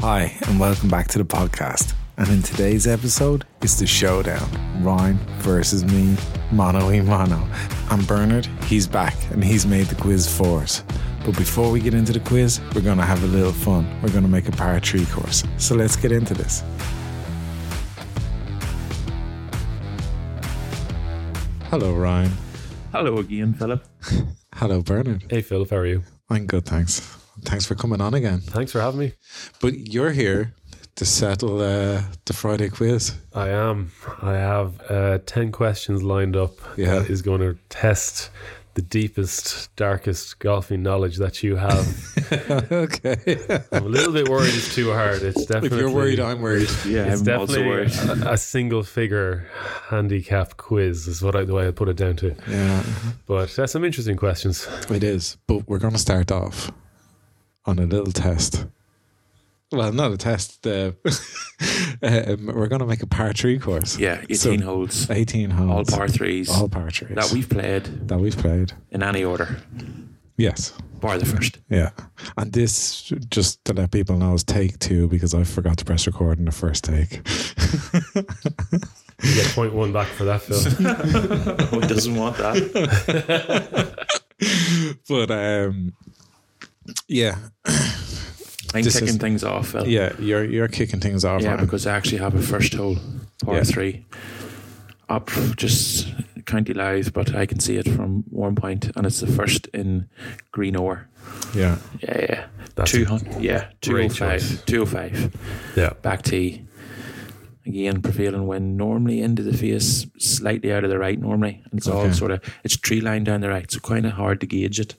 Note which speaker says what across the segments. Speaker 1: Hi, and welcome back to the podcast. And in today's episode, it's the showdown Ryan versus me, mano y mano. And Bernard, he's back and he's made the quiz for us. But before we get into the quiz, we're going to have a little fun. We're going to make a power three course. So let's get into this. Hello, Ryan.
Speaker 2: Hello again, Philip.
Speaker 1: Hello, Bernard.
Speaker 3: Hey Philip, how are you?
Speaker 1: I'm good, thanks. Thanks for coming on again.
Speaker 3: Thanks for having me.
Speaker 1: But you're here to settle uh, the Friday quiz.
Speaker 3: I am. I have uh, ten questions lined up.
Speaker 1: Yeah.
Speaker 3: that is going to test the deepest, darkest golfing knowledge that you have.
Speaker 1: okay.
Speaker 3: I'm a little bit worried it's too hard. It's
Speaker 1: if
Speaker 3: definitely
Speaker 1: you're worried, I'm worried.
Speaker 2: Yeah,
Speaker 3: it's definitely a, a single figure handicap quiz is what I, the way I put it down to.
Speaker 1: Yeah,
Speaker 3: But that's some interesting questions.
Speaker 1: it is. But we're going to start off on a little test. Well, not a test. Uh, um, we're going to make a par three course.
Speaker 2: Yeah, 18
Speaker 1: So-
Speaker 2: holes,
Speaker 1: 18
Speaker 2: all
Speaker 1: holes.
Speaker 2: par threes
Speaker 1: All par threes.
Speaker 2: that we've played
Speaker 1: that we've played.
Speaker 2: in any order,
Speaker 1: Yes.
Speaker 2: bar the first.
Speaker 1: Yeah. And this, just to let people know, is take two because I forgot to press record in the first take.
Speaker 3: You get point one back for that, Phil.
Speaker 1: Oh,
Speaker 2: Who doesn't want that?
Speaker 1: But um, yeah.
Speaker 2: I'm
Speaker 1: This
Speaker 2: kicking
Speaker 1: is-
Speaker 2: things off, Phil.
Speaker 1: Yeah. You're, you're kicking things off.
Speaker 2: Yeah,
Speaker 1: Ryan.
Speaker 2: because I actually have a first hole, par
Speaker 1: Yeah.
Speaker 2: three, up just County Louth, but I can see it from one point, and it's the first in green ore.
Speaker 1: yeah.
Speaker 2: Yeah, yeah.
Speaker 3: That's
Speaker 2: Two hundred. Yeah, two oh
Speaker 3: great choice.
Speaker 2: five. Two oh five.
Speaker 3: yeah,
Speaker 2: back tee. Again, prevailing wind, normally into the face, slightly out of the right normally. And it's all
Speaker 1: Okay.
Speaker 2: sort of, it's tree line down the right, so kind of hard to gauge it.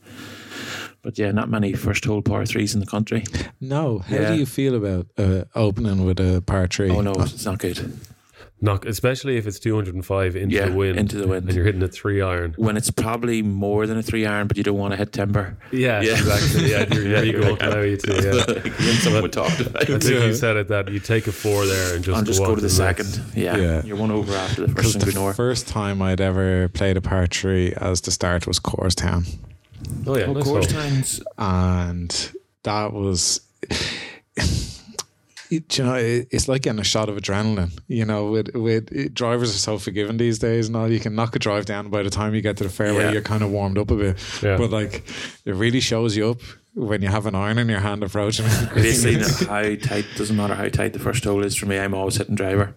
Speaker 2: But yeah, not many first hole par threes in the country.
Speaker 1: No. How
Speaker 2: Yeah.
Speaker 1: do you feel about uh, opening with a par three?
Speaker 2: Oh no, it's not good.
Speaker 3: knock especially if it's 205 into
Speaker 2: Yeah,
Speaker 3: the wind,
Speaker 2: into the wind.
Speaker 3: and you're hitting a three iron.
Speaker 2: When it's probably more than a three iron, but you don't want to hit timber.
Speaker 3: Yeah,
Speaker 2: Yeah.
Speaker 3: exactly. Yeah, you're,
Speaker 2: Yeah,
Speaker 3: you
Speaker 2: you're
Speaker 3: won't
Speaker 2: like,
Speaker 3: allow you to. Yeah.
Speaker 2: Someone would talk about
Speaker 3: I
Speaker 2: it.
Speaker 3: think you said it that you take a four there and just,
Speaker 2: And just
Speaker 3: go,
Speaker 2: go
Speaker 3: on
Speaker 2: to the
Speaker 3: next.
Speaker 2: second. Yeah.
Speaker 1: Yeah.
Speaker 2: You're one over after the
Speaker 1: Because
Speaker 2: first in
Speaker 1: the
Speaker 2: Glenore.
Speaker 1: first time I'd ever played a par three as the start was Coorstown,
Speaker 3: Oh yeah,
Speaker 2: Of
Speaker 3: nice
Speaker 2: course,
Speaker 3: hole.
Speaker 2: times.
Speaker 1: and that was. It, you know, it, it's like getting a shot of adrenaline. You know, with with it, drivers are so forgiving these days, and all you can knock a drive down. By the time you get to the fairway,
Speaker 2: Yeah.
Speaker 1: you're kind of warmed up a bit.
Speaker 3: Yeah.
Speaker 1: But like, it really shows you up when you have an iron in your hand approaching.
Speaker 2: Basically, no- how tight doesn't matter how tight the first hole is for me. I'm always hitting driver.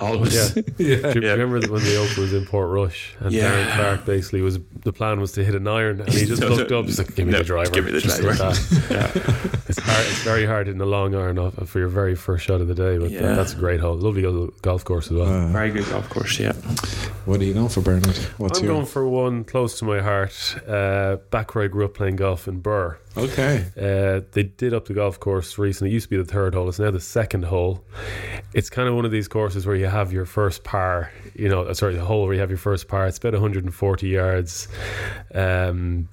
Speaker 2: Always.
Speaker 3: Yeah.
Speaker 1: yeah,
Speaker 3: Do you remember that when the Open was in Port Rush and
Speaker 2: Yeah.
Speaker 3: Darren Clark basically was the plan was to hit an iron and he just
Speaker 2: No,
Speaker 3: looked
Speaker 2: no.
Speaker 3: up, he's like, "Give me
Speaker 2: No,
Speaker 3: the driver,
Speaker 2: give me the
Speaker 3: Just hit
Speaker 2: driver.
Speaker 3: that.
Speaker 2: Yeah.
Speaker 3: It's hard. It's very hard in the long iron off for your very first shot of the day, but that-
Speaker 2: Yeah.
Speaker 3: that's a great hole. Lovely little golf course as well.
Speaker 2: Very good golf course, yeah.
Speaker 1: Uh, What are you going for, Bernard? What's
Speaker 3: I'm
Speaker 1: your
Speaker 3: going for one close to my heart. Uh, back where I grew up playing golf in Burr.
Speaker 1: okay?
Speaker 3: Uh, they did up the golf course recently. It used to be the third hole. It's now the second hole. It's kind of one of these courses where you have your first par, you know, uh, sorry, the hole where you have your first par. It's about 140 yards. Um,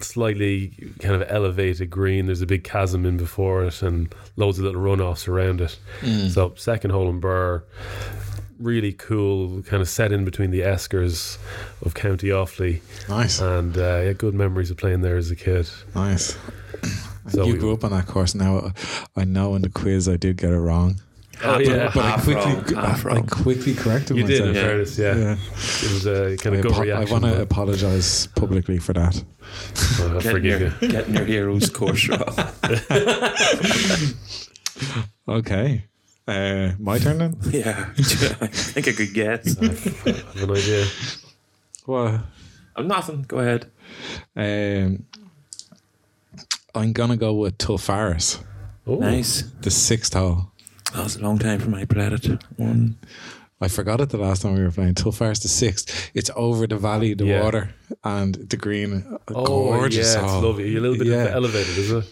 Speaker 3: slightly kind of elevated green. There's a big chasm in before it and loads of little runoffs around it. So second hole in Burr, really cool, kind of set in between the Eskers of County Offaly.
Speaker 1: Nice,
Speaker 3: And uh, yeah, good memories of playing there as a kid.
Speaker 1: nice.
Speaker 3: So
Speaker 1: you
Speaker 3: we-
Speaker 1: grew up on that course. Now I know in the quiz I did get it wrong,
Speaker 3: Oh, yeah.
Speaker 1: but I
Speaker 2: Half
Speaker 1: quickly
Speaker 2: wrong, half
Speaker 1: I, I
Speaker 2: wrong.
Speaker 1: quickly corrected
Speaker 3: You did,
Speaker 1: myself.
Speaker 3: in
Speaker 2: Yeah.
Speaker 3: fairness, yeah.
Speaker 1: Yeah.
Speaker 3: It was a kind
Speaker 1: I,
Speaker 3: of gut
Speaker 1: apo- I
Speaker 3: reaction.
Speaker 1: want to
Speaker 3: but
Speaker 1: apologize publicly for that.
Speaker 3: I'll
Speaker 2: Getting
Speaker 3: forgive
Speaker 2: your,
Speaker 3: you.
Speaker 2: getting your hero's course wrong.
Speaker 1: Okay, uh, my turn then.
Speaker 2: yeah. I think I could guess.
Speaker 3: I have an idea.
Speaker 1: Well,
Speaker 2: I'm Oh, nothing. Go ahead.
Speaker 1: um, I'm gonna go with Tulfaris,
Speaker 3: Oh,
Speaker 2: Nice.
Speaker 1: the sixth hole.
Speaker 2: That was a long time from I played it. One.
Speaker 1: I forgot it the last time we were playing. Tulfaris the sixth. It's over the valley, the
Speaker 3: Yeah.
Speaker 1: water, and the green.
Speaker 3: Oh,
Speaker 1: gorgeous
Speaker 3: yeah,
Speaker 1: hole.
Speaker 3: it's lovely. You're a little bit
Speaker 1: Yeah.
Speaker 3: elevated, is it?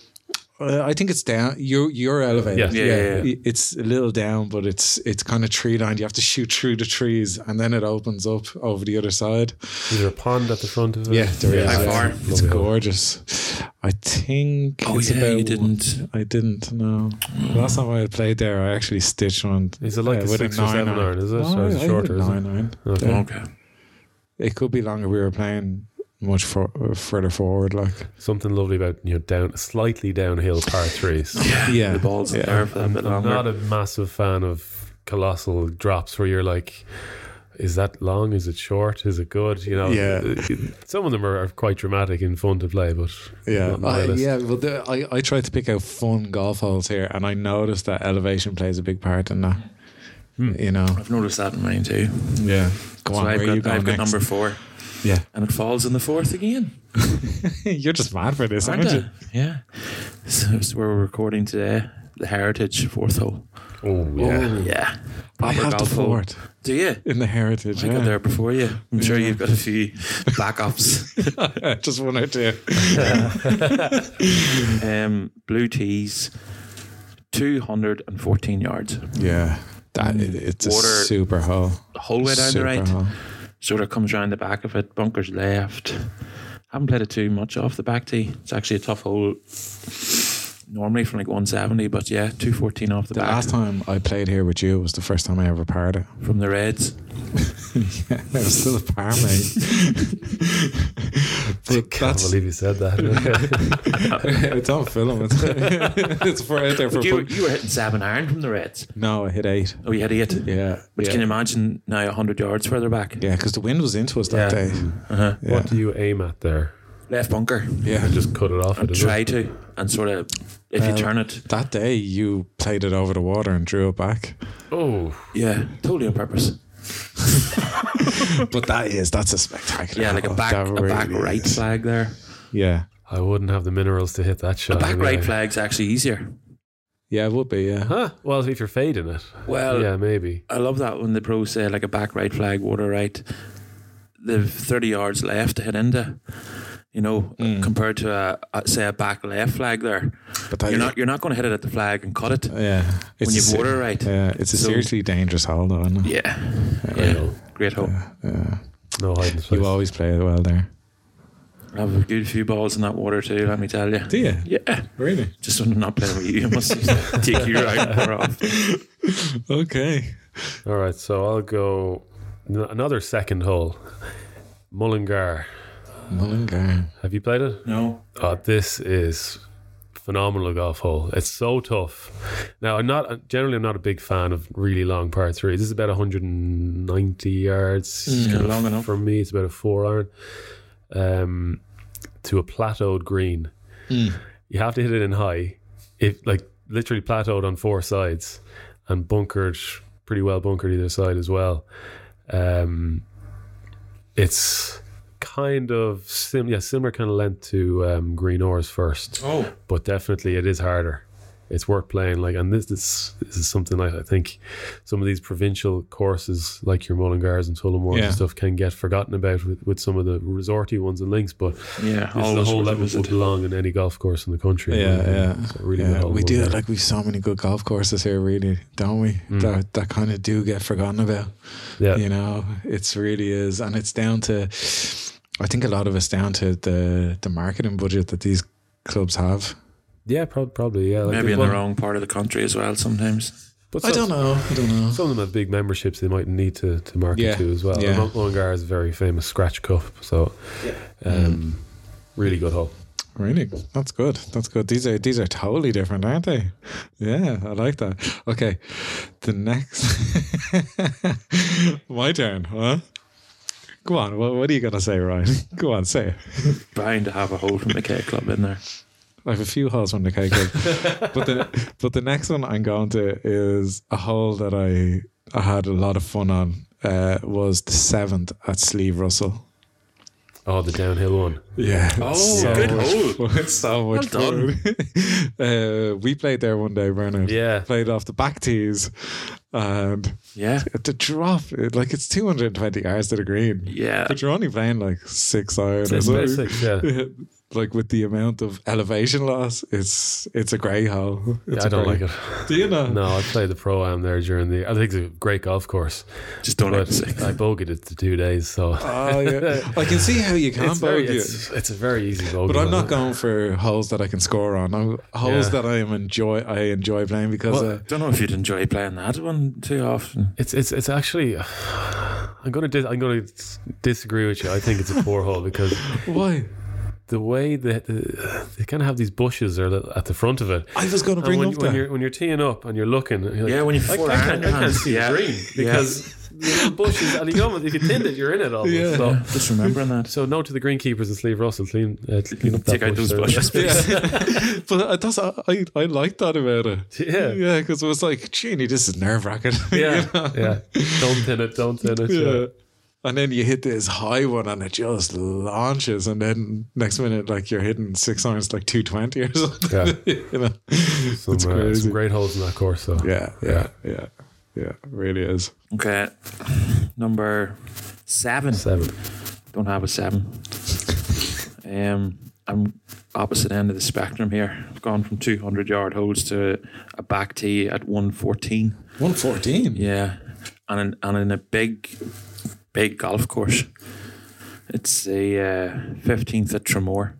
Speaker 1: Uh, I think it's down. You're you're elevated.
Speaker 3: Yeah.
Speaker 2: Yeah, yeah, yeah.
Speaker 1: I- It's a little down, but it's it's kind of tree lined. You have to shoot through the trees, and then it opens up over the other side.
Speaker 3: Is there a pond at the front of it?
Speaker 1: Yeah, there is.
Speaker 2: By
Speaker 1: yeah.
Speaker 2: far.
Speaker 1: It's
Speaker 3: Lovely.
Speaker 1: gorgeous. I think.
Speaker 2: Oh,
Speaker 1: it's
Speaker 2: yeah,
Speaker 1: about-
Speaker 2: you didn't.
Speaker 1: I didn't. No. Last time I had played there, I actually stitched one.
Speaker 3: Is it like a six or seven iron, is it?
Speaker 1: No,
Speaker 3: Or is it
Speaker 1: Oh, I think
Speaker 3: shorter,
Speaker 1: a
Speaker 3: is it?
Speaker 1: nine iron.
Speaker 3: Okay.
Speaker 1: Yeah.
Speaker 2: Okay.
Speaker 1: It could be longer. We were playing much for, further forward. Like,
Speaker 3: Something lovely about you know down slightly downhill par threes.
Speaker 1: yeah,
Speaker 2: The ball's in
Speaker 1: yeah.
Speaker 2: there for that bit
Speaker 3: I'm
Speaker 2: longer.
Speaker 3: not a massive fan of colossal drops where you're like, is that long? Is it short? Is it good? You know, uh,
Speaker 1: Yeah.
Speaker 3: some of them are, are quite dramatic and fun to play, but
Speaker 1: Yeah,
Speaker 3: not my
Speaker 1: I,
Speaker 3: list.
Speaker 1: yeah. Well, the, I I tried to pick out fun golf holes here, and I noticed that elevation plays a big part in that. You know,
Speaker 2: I've noticed that in mine too.
Speaker 1: yeah. Go
Speaker 2: Hmm. so
Speaker 1: on,
Speaker 2: I've
Speaker 1: where are you
Speaker 2: got,
Speaker 1: going
Speaker 2: I've got
Speaker 1: next?
Speaker 2: number four,
Speaker 1: Yeah,
Speaker 2: and it falls in the fourth again.
Speaker 1: you're just mad for this, aren't,
Speaker 2: Aren't
Speaker 1: you?
Speaker 2: I? Yeah. So it's where we're recording today. The Heritage fourth hole.
Speaker 3: oh yeah,
Speaker 2: Yeah.
Speaker 1: I
Speaker 2: Proper
Speaker 1: have the
Speaker 2: golf hole.
Speaker 1: fort
Speaker 2: Do you?
Speaker 1: in the heritage.
Speaker 2: I
Speaker 1: yeah.
Speaker 2: got there before you. I'm sure you've got a few backups.
Speaker 1: just one or two.
Speaker 2: um, blue tees, 214 yards.
Speaker 1: Yeah, that it, it's
Speaker 2: Hmm. Water-
Speaker 1: a super hole.
Speaker 2: The whole way down
Speaker 1: super
Speaker 2: the right.
Speaker 1: hole.
Speaker 2: Sort of comes around the back of it, bunkers left. Haven't played it too much off the back tee. It's actually a tough hole. Normally from like 170, but yeah, 214 off the,
Speaker 1: The
Speaker 2: back
Speaker 1: last time I played here with you was the first time I ever parred it.
Speaker 2: from the Reds.
Speaker 1: yeah, it was still a par, mate. but
Speaker 3: can't
Speaker 1: that's
Speaker 3: believe you said that.
Speaker 1: it's on film. It's, it's for out there for.
Speaker 2: But you,
Speaker 1: pub-
Speaker 2: you were hitting seven iron from the Reds.
Speaker 1: no, I hit eight.
Speaker 2: Oh, you had eight.
Speaker 1: Yeah,
Speaker 2: Which
Speaker 1: yeah.
Speaker 2: can you imagine now 100 yards further back?
Speaker 1: yeah, because the wind was into us that
Speaker 2: Yeah.
Speaker 1: day.
Speaker 2: Uh-huh.
Speaker 1: Yeah.
Speaker 3: What do you aim at there?
Speaker 2: Left bunker.
Speaker 1: yeah,
Speaker 3: And just cut it off. at a
Speaker 2: Try to. And sort of, if you
Speaker 1: Um,
Speaker 2: turn it,
Speaker 1: that day you played it over the water and drew it back.
Speaker 3: Oh,
Speaker 2: yeah, totally on purpose.
Speaker 1: But that is that's a spectacular.
Speaker 2: Yeah, like a
Speaker 1: hole.
Speaker 2: back,
Speaker 1: Oh, That
Speaker 2: a back
Speaker 1: really
Speaker 2: right
Speaker 1: is.
Speaker 2: flag there.
Speaker 1: Yeah,
Speaker 3: I wouldn't have the minerals to hit that
Speaker 2: A
Speaker 1: Oh,
Speaker 3: shot.
Speaker 2: back
Speaker 3: anyway.
Speaker 2: right flag's actually easier.
Speaker 1: yeah, it would be. Yeah,
Speaker 3: Huh? Well, if you're fading it,
Speaker 2: Well,
Speaker 3: yeah, maybe.
Speaker 2: I love that when the pros say like a back right flag, water right. They've 30 yards left to hit into, you know, compared to a, a say a back left flag there.
Speaker 1: but that
Speaker 2: You're not you're not going to hit it at the flag and cut it.
Speaker 1: Yeah, it's
Speaker 2: when
Speaker 1: a
Speaker 2: you
Speaker 1: se-
Speaker 2: water right.
Speaker 1: Yeah, it's a
Speaker 2: So-
Speaker 1: seriously dangerous hole, though. Isn't it?
Speaker 2: Yeah,
Speaker 3: I
Speaker 2: yeah.
Speaker 3: know.
Speaker 2: great hope.
Speaker 1: Yeah.
Speaker 3: No hiding place.
Speaker 1: You always play it well there.
Speaker 2: I have a good few balls in that water too. Let me tell you.
Speaker 1: Do you?
Speaker 2: Yeah,
Speaker 1: Really?
Speaker 2: just when I'm not playing with you, you must take your out more off.
Speaker 1: Okay.
Speaker 3: All right, so I'll go n- another second hole. Mullingar.
Speaker 1: Mullingar.
Speaker 3: Have you played it?
Speaker 2: No,
Speaker 3: Oh, this is phenomenal golf hole. It's so tough. Now, I'm not generally I'm not a big fan of really long par threes. This is about 190 yards. It's kind of-
Speaker 2: long enough.
Speaker 3: for me. It's about a four iron um, to a plateaued green.
Speaker 1: Hmm.
Speaker 3: You have to hit it in high, if like literally plateaued on four sides and bunkered pretty well bunkered either side as well. Um, it's kind of sim yeah similar kind of length to um, green ores first
Speaker 2: Oh,
Speaker 3: but definitely it is harder. It's worth playing. Like, and this this, this is something I, I think some of these provincial courses, like your Mullingars and Tullamore
Speaker 1: Yeah.
Speaker 3: and stuff, can get forgotten about with, with some of the resorty ones and links. But
Speaker 2: yeah.
Speaker 3: this is a
Speaker 2: always
Speaker 3: hole
Speaker 2: worth
Speaker 3: that would,
Speaker 2: visit.
Speaker 3: would belong in any golf course in the country.
Speaker 1: Yeah,
Speaker 3: Um,
Speaker 1: yeah.
Speaker 3: so really
Speaker 1: yeah,
Speaker 3: good
Speaker 1: we
Speaker 3: hole
Speaker 1: do
Speaker 3: there.
Speaker 1: it like we've so many good golf courses here, really, don't we? That that kind of do get forgotten about.
Speaker 3: Mm. yeah.
Speaker 1: You know, it's really is, and it's down to, I think a lot of it's down to the the marketing budget that these clubs have.
Speaker 3: yeah, prob- probably. Yeah, like
Speaker 2: Maybe in
Speaker 3: well,
Speaker 2: the wrong part of the country as well sometimes.
Speaker 3: But
Speaker 1: I
Speaker 3: some-
Speaker 1: don't know. I don't know.
Speaker 3: Some of them have big memberships they might need to, to market
Speaker 1: Yeah,
Speaker 3: to as well.
Speaker 1: yeah.
Speaker 3: Yeah. Mullingar is a very famous scratch cup, so um, really good hole.
Speaker 1: Really, that's good. That's good. These are these are totally different, aren't they? Yeah, I like that. Okay, the next, my turn, huh? Go on. What, what are you gonna say, Ryan? Go on, say it.
Speaker 2: Bound to have a hole from the K Club in there.
Speaker 1: I have a few holes from the cake, Club. but the but the next one I'm going to is a hole that I I had a lot of fun on. Uh, was the seventh at Sleeve Russell.
Speaker 3: Oh, the downhill one.
Speaker 1: Yeah.
Speaker 2: Oh, good
Speaker 1: hole. It's so much
Speaker 2: Well done.
Speaker 1: fun. uh, we played there one day, Bernard.
Speaker 3: Yeah.
Speaker 1: Played off the back tees. And
Speaker 2: Yeah,
Speaker 1: the drop, it, like it's 220 yards to the green.
Speaker 2: yeah.
Speaker 1: But you're only playing like six iron or
Speaker 3: It's about
Speaker 1: something.
Speaker 3: six, yeah.
Speaker 1: Like with the amount of elevation loss, it's it's a grey hole. It's
Speaker 3: I
Speaker 1: a
Speaker 3: don't
Speaker 1: grey-
Speaker 3: like it.
Speaker 1: Do you know?
Speaker 3: No, I played the pro am there during the. I think it's a great golf course,
Speaker 2: Just don't have
Speaker 3: but
Speaker 2: to say.
Speaker 3: I bogeyed it to two days, so
Speaker 1: Oh, yeah. I can see how you can
Speaker 3: it's, very,
Speaker 1: bogey it.
Speaker 3: it's, it's a very easy bogey.
Speaker 1: But I'm
Speaker 3: one,
Speaker 1: not
Speaker 3: isn't it?
Speaker 1: going for holes that I can score on. I'm, holes
Speaker 3: Yeah.
Speaker 1: that I am enjoy. I enjoy playing because
Speaker 3: Well,
Speaker 1: uh,
Speaker 2: Don't know if you'd enjoy playing that one too often.
Speaker 3: It's it's it's actually. I I'm gonna dis- I'm gonna s- disagree with you. I think it's a poor hole because
Speaker 1: uh, Why?
Speaker 3: the way that uh, they kind of have these bushes or the, at the front of it.
Speaker 1: I was going to
Speaker 3: And
Speaker 1: bring
Speaker 3: when,
Speaker 1: up
Speaker 3: when
Speaker 1: that.
Speaker 3: you're when you're teeing up and you're looking, you're like,
Speaker 2: Yeah, when you
Speaker 3: I,
Speaker 2: four
Speaker 3: I, can't, I
Speaker 2: hand-
Speaker 3: can't see
Speaker 2: yeah.
Speaker 3: a dream because the little bushes and you go with- if you tinned it, you're in it almost.
Speaker 1: Yeah.
Speaker 3: So,
Speaker 2: Just remembering that.
Speaker 3: so no to the greenkeepers and Sleeve Russell clean, uh, clean up that
Speaker 2: Take out those
Speaker 3: bush there.
Speaker 2: bushes. please.
Speaker 1: but I- that's I I like that about it.
Speaker 3: Yeah.
Speaker 1: yeah, because it was like, Genie, this is nerve wracking.
Speaker 3: Yeah, yeah. Don't tin it. Don't tin it. Yeah.
Speaker 1: yeah. And then you hit this high one and it just launches. And then next minute, like you're hitting six irons, like 220 or something. Yeah. you know?
Speaker 3: Some,
Speaker 1: It's
Speaker 3: uh,
Speaker 1: crazy.
Speaker 3: some great holes in that course, though.
Speaker 1: Yeah. Yeah. Yeah. Yeah. It really is.
Speaker 2: Okay. Number seven.
Speaker 3: Seven.
Speaker 2: Don't have a seven. Um, I'm opposite end of the spectrum here. I've gone from 200 yard holes to a back tee at 114.
Speaker 1: 114.
Speaker 2: Yeah, and in, and in a big, big golf course. It's the fifteenth at Tremor.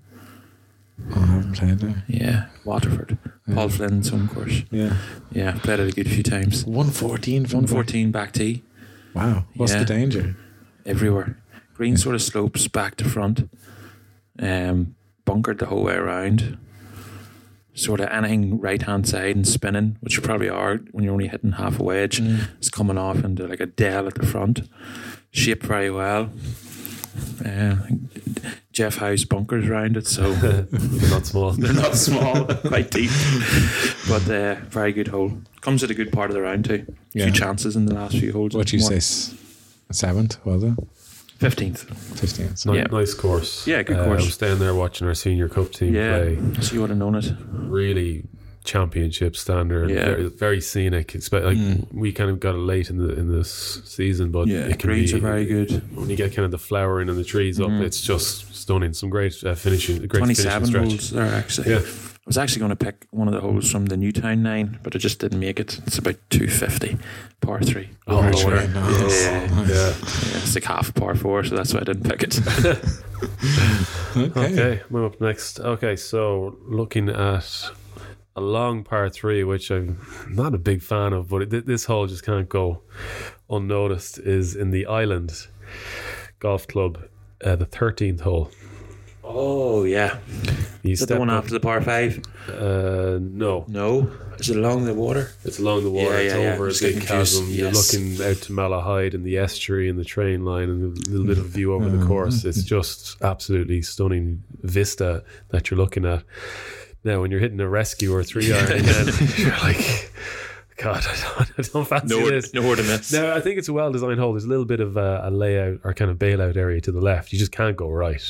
Speaker 1: Oh, I haven't played there.
Speaker 2: Yeah, Waterford. Paul Flynn's home course.
Speaker 1: Yeah.
Speaker 2: Yeah, played it a good few times.
Speaker 1: 114 from
Speaker 2: One fourteen back tee
Speaker 1: Wow. What's
Speaker 2: Yeah.
Speaker 1: the danger?
Speaker 2: everywhere.
Speaker 1: Mm-hmm.
Speaker 2: Green sort of slopes back to front. Um, bunkered the whole way around. Sort of anything right hand side and spinning, which you probably are when you're only hitting half a wedge.
Speaker 1: Mm.
Speaker 2: It's coming off into like a dell at the front. Shaped very well. Uh, Jeff Howe's bunkers round it, so
Speaker 3: Not small.
Speaker 2: they're not small, quite deep. But uh, very good hole. Comes at a good part of the round too.
Speaker 1: Yeah.
Speaker 2: Few chances in the last few holes.
Speaker 1: What do you say? s- Seventh, was it?
Speaker 2: Fifteenth.
Speaker 1: 15th.
Speaker 3: Ni-
Speaker 2: Yeah.
Speaker 3: Nice course.
Speaker 2: Yeah, good
Speaker 3: Uh, I
Speaker 2: course.
Speaker 3: was down there watching our senior cup team
Speaker 2: Yeah.
Speaker 3: play.
Speaker 2: So you would have known it.
Speaker 3: Really championship standard.
Speaker 2: Yeah. Mm.
Speaker 3: Very, very scenic. It's about, like we kind of got it late in the in this season, but it can
Speaker 2: greens
Speaker 3: be
Speaker 2: are very Mm-hmm. good.
Speaker 3: when you get kind of the flowering and the trees up. It's just stunning. Some great uh, finishing. Great finishing
Speaker 2: Twenty-seven
Speaker 3: stretch.
Speaker 2: holes there actually.
Speaker 3: Yeah.
Speaker 2: I was actually going to pick one of the holes from the Newtown nine, but I just didn't make it. It's about two fifty, par three.
Speaker 3: Oh,
Speaker 1: Right,
Speaker 3: what a-
Speaker 1: right, nice.
Speaker 2: Yeah.
Speaker 3: Yeah.
Speaker 2: Yeah, it's like half par four, so that's why I didn't pick it.
Speaker 1: Okay.
Speaker 3: Okay, I'm up next. Okay, so looking at a long par three, which I'm not a big fan of, but it, this hole just can't go unnoticed, is in the Island Golf Club, uh, the 13th hole.
Speaker 2: oh yeah,
Speaker 3: You
Speaker 2: is that
Speaker 3: step
Speaker 2: the one
Speaker 3: up-
Speaker 2: after the par five?
Speaker 3: Uh, no,
Speaker 2: No, is it along the water?
Speaker 3: it's along the water.
Speaker 2: Yeah,
Speaker 3: it's
Speaker 2: yeah, yeah.
Speaker 3: over
Speaker 2: Just
Speaker 3: a
Speaker 2: get
Speaker 3: big
Speaker 2: confused.
Speaker 3: chasm.
Speaker 2: Yes.
Speaker 3: You're looking out to Malahide and the estuary and the train line and a little bit of view over the course. It's just absolutely stunning vista that you're looking at. Now, when you're hitting a rescue or a three iron, then you're like, God, I don't, I don't fancy
Speaker 2: Nowhere,
Speaker 3: this.
Speaker 2: nowhere to miss.
Speaker 3: No, I think it's a well designed hole. There's a little bit of uh, a, a layout or kind of bailout area to the left. You just can't go right.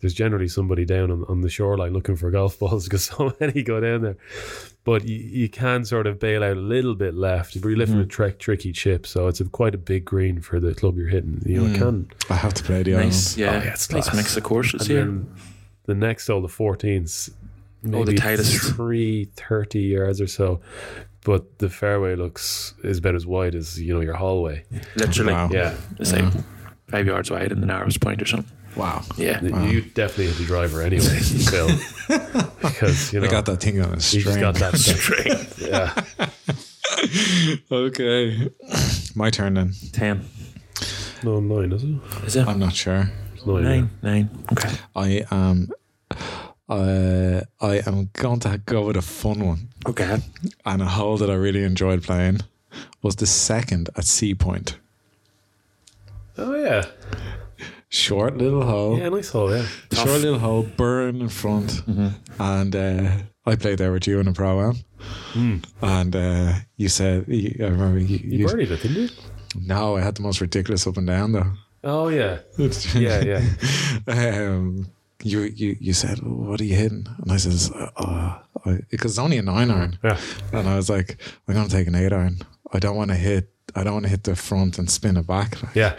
Speaker 3: There's generally somebody down on, on the shoreline looking for golf balls because so many go down there. But you, you can sort of bail out a little bit left, but you're left
Speaker 2: Hmm.
Speaker 3: with a tri- tricky chip. So it's a, quite a big green for the club you're hitting. You know,
Speaker 2: Hmm.
Speaker 3: it can.
Speaker 1: I have to play the
Speaker 2: Nice, yeah,
Speaker 3: Oh, yeah, it's
Speaker 2: nice
Speaker 3: class.
Speaker 2: mix of courses
Speaker 3: And
Speaker 2: here.
Speaker 3: then the next hole, the 14th, maybe
Speaker 2: Oh, the tightest.
Speaker 3: three thirty yards or so. But the fairway looks is about as wide as you know your hallway.
Speaker 2: Literally,
Speaker 1: Wow.
Speaker 3: Yeah,
Speaker 2: it's like
Speaker 3: Mm.
Speaker 2: five yards wide in the narrowest point or something.
Speaker 1: Island. Wow.
Speaker 2: Yeah,
Speaker 3: You definitely hit the driver anyway, Phil, because you know
Speaker 1: I got that thing on a
Speaker 3: you
Speaker 1: string.
Speaker 3: just got that. that yeah,
Speaker 1: Okay. My turn then.
Speaker 2: ten.
Speaker 3: no nine is it?
Speaker 2: Is it
Speaker 1: I'm not sure.
Speaker 3: It's nine.
Speaker 2: nine? Nine. Okay.
Speaker 1: I am. Uh, I am going to go with a fun one,
Speaker 2: Okay.
Speaker 1: and a hole that I really enjoyed playing was the second at Sea Point.
Speaker 3: Oh yeah,
Speaker 1: Short little hole,
Speaker 3: yeah, nice hole. Yeah,
Speaker 1: short little hole, burn in front,
Speaker 3: Mm-hmm.
Speaker 1: and uh, I played there with you in a pro am, and uh, you said you, I remember you,
Speaker 3: Hmm. you
Speaker 1: you-
Speaker 3: birdied it, didn't you?
Speaker 1: no, I had the most ridiculous up and down though.
Speaker 3: Oh yeah, yeah, yeah.
Speaker 1: um, you, you you said, "Oh, "What are you hitting?" And I says, "Uh, because it's only a nine iron."
Speaker 3: Yeah.
Speaker 1: And I was like, "I'm gonna take an eight iron. I don't want to hit. I don't want to hit the front and spin it back." Like,
Speaker 3: Yeah,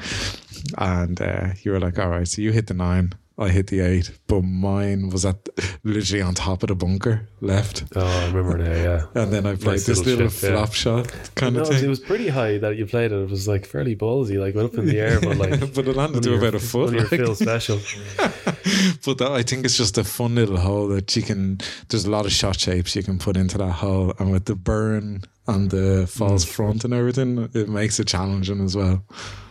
Speaker 1: And uh, you were like, "All right, so you hit the nine, I hit the eight, but mine was at literally on top of the bunker left."
Speaker 3: oh, I remember now. Yeah,
Speaker 1: And then I played
Speaker 3: Nice
Speaker 1: this
Speaker 3: little
Speaker 1: little
Speaker 3: chip, yeah.
Speaker 1: flop shot kind
Speaker 3: no,
Speaker 1: of
Speaker 3: it was, it
Speaker 1: thing,
Speaker 3: was pretty high that you played it. It was like fairly ballsy, like went up in the air, but like
Speaker 1: but it landed to
Speaker 3: your-
Speaker 1: about a foot.
Speaker 3: Under your
Speaker 1: like.
Speaker 3: Phil special.
Speaker 1: but that, I think it's just a fun little hole that you can. There's a lot of shot shapes you can put into that hole, and with the burn and the
Speaker 3: Mm.
Speaker 1: false front and everything, it makes it challenging as well.